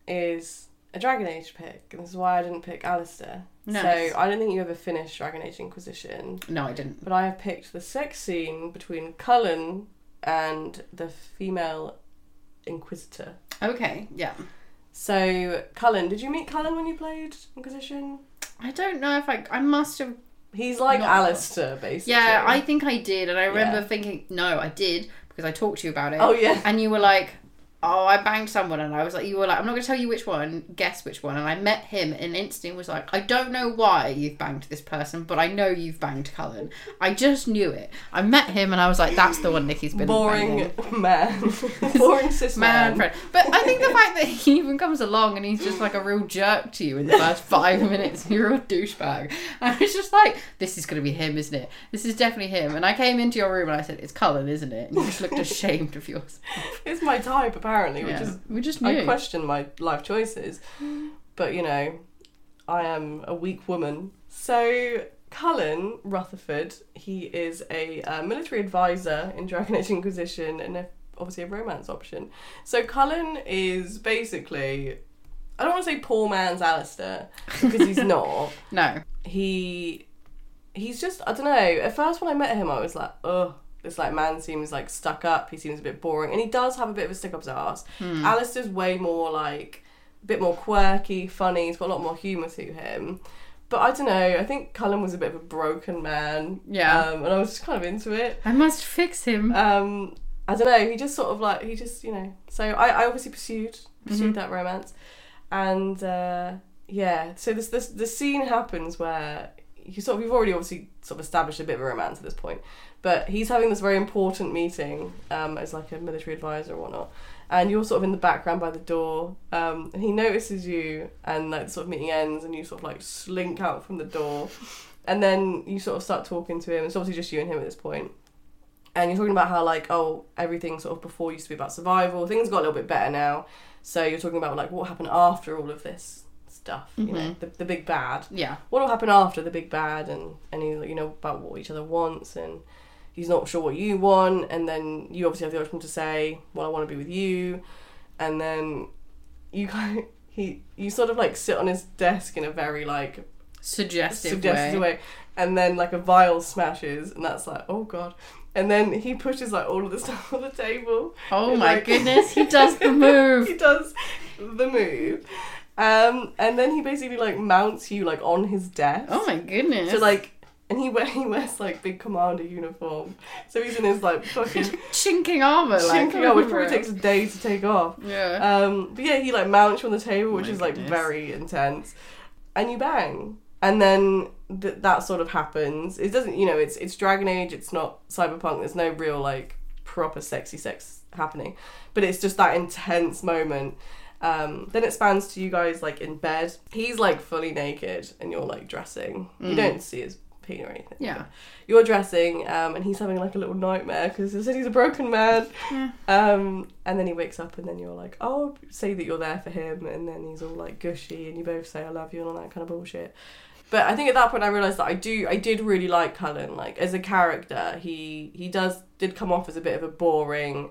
S2: is a Dragon Age pick, and this is why I didn't pick Alistair.
S1: Nice.
S2: So I don't think you ever finished Dragon Age Inquisition.
S1: No, I didn't.
S2: but I have picked the sex scene between Cullen and the female Inquisitor.
S1: Okay. Yeah.
S2: So, Cullen, did you meet Cullen when you played Inquisition?
S1: I don't know if I. I must have
S2: He's like
S1: Not-
S2: Alistair, basically.
S1: Yeah, I think I did, and I remember
S2: Yeah.
S1: thinking, no, I did because I talked to you about it.
S2: Oh, yeah.
S1: and you were like, oh, I banged someone, and I was like, you were like, I'm not gonna tell you which one. Guess which one. And I met him, and instantly was like, I don't know why you've banged this person, but I know you've banged Cullen. I just knew it. I met him, and I was like, that's the one Nikki's been
S2: Boring
S1: banging."
S2: man. Boring cis
S1: Man,
S2: man.
S1: friend. But I think the fact that he even comes along and he's just like a real jerk to you in the first five minutes, you're a douchebag. I was just like, this is going to be him, isn't it? This is definitely him. And I came into your room and I said, it's Cullen, isn't it? And you just looked ashamed of yours.
S2: It's my type, apparently,
S1: Yeah.
S2: which is.
S1: we just knew.
S2: I question my life choices, but you know, I am a weak woman. So, Cullen Rutherford, he is a uh, military advisor in Dragon Age Inquisition and a, obviously a romance option. So, Cullen is basically, I don't want to say poor man's Alistair because he's not
S1: no.
S2: he he's just I don't know. At first when I met him I was like, ugh, this like man seems like stuck up, he seems a bit boring and he does have a bit of a stick up his ass. Alistair's way more like a bit more quirky, funny, he's got a lot more humour to him. But I don't know. I think Cullen was a bit of a broken man.
S1: Yeah.
S2: Um, and I was just kind of into it.
S1: I must fix him.
S2: Um, I don't know. He just sort of like he just you know. So I, I obviously pursued pursued that romance, and uh, yeah. So this this the scene happens where you sort of you've already obviously sort of established a bit of a romance at this point, but he's having this very important meeting um, as like a military advisor or whatnot, and you're sort of in the background by the door, um, and he notices you, and like the sort of meeting ends, and you sort of like slink out from the door. And then you sort of start talking to him. It's obviously just you and him at this point and you're talking about how like oh everything sort of before used to be about survival things got a little bit better now so you're talking about like what happened after all of this stuff you know the, the big bad
S1: Yeah.
S2: what will happen after the big bad and and you you know about what each other wants and he's not sure what you want and then you obviously have the option to say well i want to be with you and then you kind of, he you sort of like sit on his desk in a very like
S1: Suggestive,
S2: suggested
S1: way.
S2: away. And then like a vial smashes, and that's like, oh god. And then he pushes like all of the stuff on the table.
S1: Oh
S2: It's
S1: my
S2: like-
S1: goodness, he does the move.
S2: he does the move. Um, and then he basically like mounts you like on his desk.
S1: Oh my goodness.
S2: So like, and he wear he wears like big commander uniform. So he's in his like fucking
S1: chinking armor, like
S2: chinking out, which probably takes a day to take off.
S1: Yeah.
S2: Um, but yeah, he like mounts you on the table, which is like
S1: goodness.
S2: very intense, and you bang, and then th- that sort of happens. It doesn't, you know, it's it's Dragon Age, it's not cyberpunk. There's no real like proper sexy sex happening, but it's just that intense moment. Um, then it spans to you guys like in bed. He's like fully naked, and you're like dressing. You don't see his pee or anything.
S1: Mm. yeah.
S2: You're dressing, um, and he's having like a little nightmare because he said he's a broken man.
S1: Hmm.
S2: Um, and then he wakes up, and then you're like, "Oh, say that you're there for him," and then he's all like gushy, and you both say, "I love you," and all that kind of bullshit. But I think at that point, I realised that I do, I did really like Cullen. Like as a character, he he does did come off as a bit of a boring,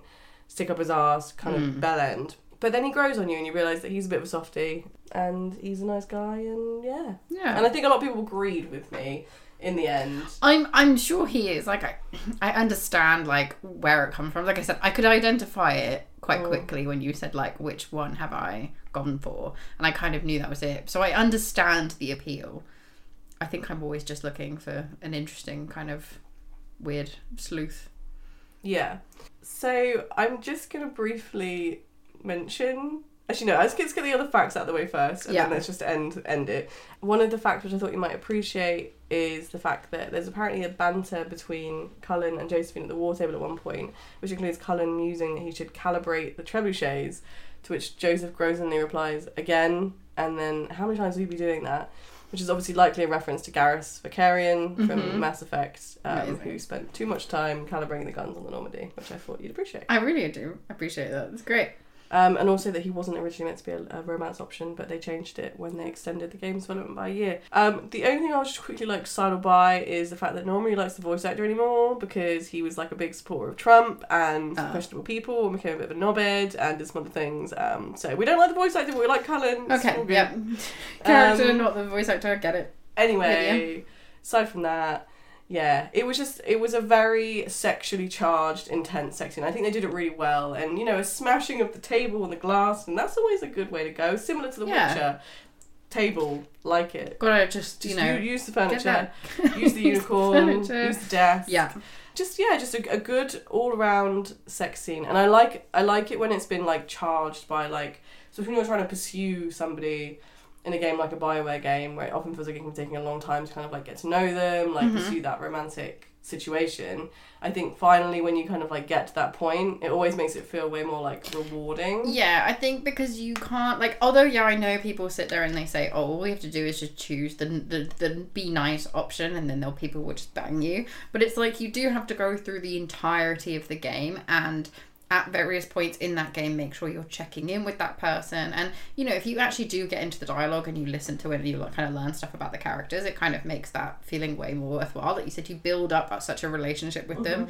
S2: stick up his ass kind of bell end. But then he grows on you, and you realise that he's a bit of a softie, and he's a nice guy, and yeah,
S1: Yeah.
S2: And I think a lot of people agreed with me in the end.
S1: I'm I'm sure he is. Like I I understand like where it comes from. Like I said, I could identify it quite
S2: Mm.
S1: quickly when you said like which one have I gone for? And I kind of knew that was it. So I understand the appeal. I think I'm always just looking for an interesting kind of weird sleuth.
S2: Yeah. So I'm just gonna briefly mention. Actually, no. Let's get, let's get the other facts out of the way first, and
S1: Yeah.
S2: then let's just end end it. One of the facts which I thought you might appreciate is the fact that there's apparently a banter between Cullen and Josephine at the war table at one point, which includes Cullen musing that he should calibrate the trebuchets, to which Joseph grozenly replies, "Again." And then, how many times will you be doing that? Which is obviously likely a reference to Garrus Vicarian from Mass Effect, um,
S1: Amazing.
S2: who spent too much time calibrating the guns on the Normandy, which I thought you'd appreciate.
S1: I really do appreciate that. It's great.
S2: Um, and also that he wasn't originally meant to be a, a romance option, but they changed it when they extended the game's development by a year. Um, the only thing I'll just quickly like sidle by is the fact that normally likes the voice actor anymore because he was like a big supporter of Trump and
S1: Ah.
S2: questionable people and became a bit of a knobhead and did some other things. Um, so we don't like the voice actor, but we like Cullen. It's
S1: Okay.
S2: all good.
S1: Yeah. Character,
S2: Um,
S1: not the voice actor. I get it.
S2: Anyway, aside from that, yeah, it was just it was a very sexually charged, intense section. I think they did it really well, and you know, a smashing of the table and the glass, and that's always a good way to go. Similar to The
S1: Yeah.
S2: Witcher, table like it.
S1: Gotta just you
S2: Just
S1: know
S2: u- use the furniture,
S1: that-
S2: use the
S1: use the
S2: unicorn,
S1: furniture.
S2: use the desk.
S1: Yeah.
S2: just yeah, just a, a good all round sex scene, and I like I like it when it's been like charged by like so if you're trying to pursue somebody in a game like a Bioware game where it often feels like it can be taking a long time to kind of like get to know them,
S1: Mm-hmm.
S2: like pursue that romantic situation. I think finally when you kind of like get to that point, it always makes it feel way more like rewarding.
S1: Yeah, I think because you can't like. Although, yeah, I know people sit there and they say, "Oh, all we have to do is just choose the the, the be nice option," and then they'll people will just bang you. But it's like you do have to go through the entirety of the game and. At various points in that game, make sure you're checking in with that person. And, you know, if you actually do get into the dialogue and you listen to it and you like, kind of learn stuff about the characters, it kind of makes that feeling way more worthwhile. That you said you build up such a relationship with them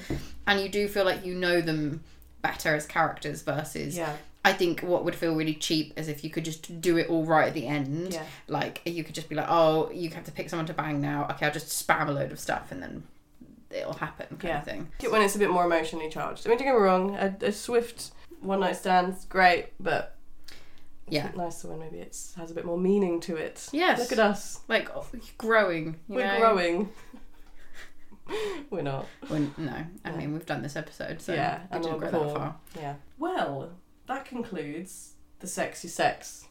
S1: and you do feel like you know them better as characters versus
S2: Yeah.
S1: I think what would feel really cheap is if you could just do it all right at the end.
S2: Yeah.
S1: Like you could just be like, oh, you have to pick someone to bang now. Okay, I'll just spam a load of stuff and then it'll happen, kind
S2: yeah.
S1: of thing.
S2: Get When it's a bit more emotionally charged. I mean, don't get me wrong, a, a swift one night stand's great, but
S1: Yeah.
S2: nicer when maybe it has a bit more meaning to it.
S1: Yes.
S2: Look at us.
S1: Like oh, growing. you
S2: We're
S1: know?
S2: growing. We're not.
S1: When- no, I mean we've done this episode, so
S2: yeah.
S1: we
S2: and
S1: didn't go
S2: we're
S1: that
S2: poor.
S1: far.
S2: Yeah. Well, that concludes the sexy sex.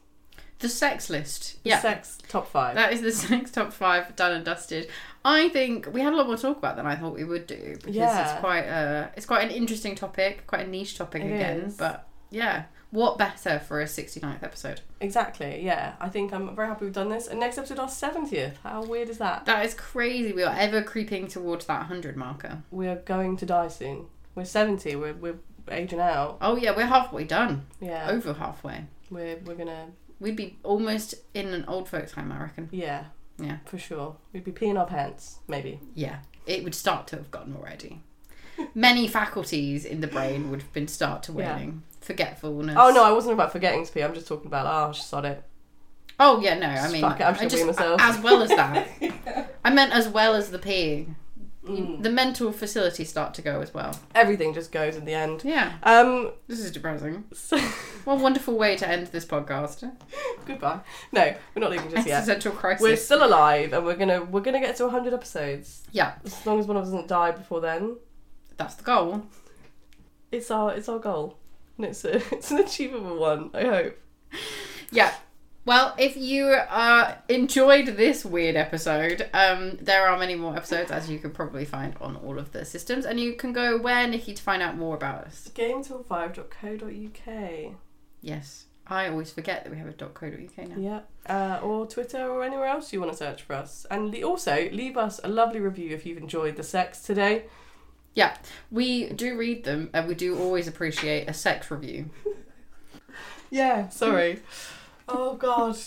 S1: The sex list.
S2: The
S1: yeah.
S2: Sex top five.
S1: That is the sex top five done and dusted. I think we had a lot more to talk about than I thought we would do because
S2: Yeah.
S1: it's quite a it's quite an interesting topic, quite a niche topic
S2: It
S1: again.
S2: is.
S1: But yeah, what better for a 69th episode?
S2: exactly. Yeah. I think I'm very happy we've done this. And next episode, our seventieth. How weird is that?
S1: That is crazy. We are ever creeping towards that hundred marker.
S2: We are going to die soon. We're seventy. We're we're aging out.
S1: Oh yeah, we're halfway done.
S2: Yeah.
S1: Over halfway.
S2: We're we're gonna.
S1: We'd be almost in an old folks home, I reckon.
S2: Yeah.
S1: Yeah.
S2: For sure. We'd be peeing our pants. Maybe.
S1: Yeah, it would start to have gone already. Many faculties in the brain would have been start to
S2: Yeah.
S1: waning. Forgetfulness.
S2: Oh no, I wasn't about forgetting to pee. I'm just talking about oh, sod it.
S1: Oh yeah, no. I mean,
S2: fuck it, I'm just
S1: I
S2: gonna be myself.
S1: as well as that. I meant as well as the peeing.
S2: Mm.
S1: The mental facilities start to go as well.
S2: Everything just goes in the end.
S1: Yeah,
S2: Um.
S1: this is depressing.
S2: So,
S1: What a wonderful way to end this podcast.
S2: goodbye. No, we're not leaving just yet.
S1: Existential crisis.
S2: We're still alive, and we're gonna we're gonna get to 100 episodes.
S1: Yeah,
S2: As long as one of us doesn't die before then,
S1: that's the goal.
S2: it's our it's our goal, and it's a, it's an achievable one. I hope.
S1: Yeah. Well, if you uh, enjoyed this weird episode, um, there are many more episodes, as you can probably find on all of the systems, and you can go where Nikki to find out more about us.
S2: Game5.co.uk.
S1: Yes, I always forget that we have a .co.uk now.
S2: Yeah. Uh, or Twitter or anywhere else you want to search for us, and le- also leave us a lovely review if you've enjoyed the sex today.
S1: Yeah, we do read them, and we do always appreciate a sex review.
S2: Yeah, sorry. oh god.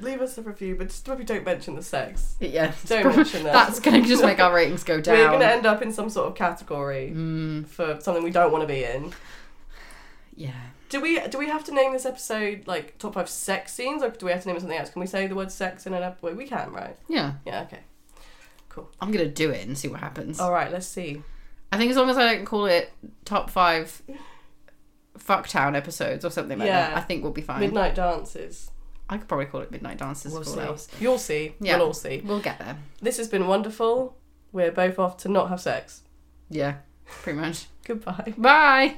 S2: Leave us a review, but just maybe don't mention the sex.
S1: Yeah,
S2: Don't mention that.
S1: That's gonna just make our ratings go down. Hmm.
S2: We're gonna end up in some sort of category for something we don't want to be in.
S1: yeah,
S2: Do we? Do we have to name this episode like top five sex scenes, or do we have to name it something else? Can we say the word sex in an episode? We can, right?
S1: yeah.
S2: Yeah. Okay.
S1: I'm gonna do it and see what happens.
S2: All right. Let's see.
S1: I think as long as I don't call it top five fucktown episodes or something like
S2: Yeah.
S1: that, I think we'll be fine.
S2: Midnight dances.
S1: I could probably call it midnight dances.
S2: We'll
S1: if all
S2: see.
S1: else.
S2: You'll see.
S1: Yeah.
S2: We'll all see.
S1: We'll get there.
S2: This has been wonderful. We're both off to not have sex.
S1: Yeah, pretty much.
S2: Goodbye.
S1: Bye.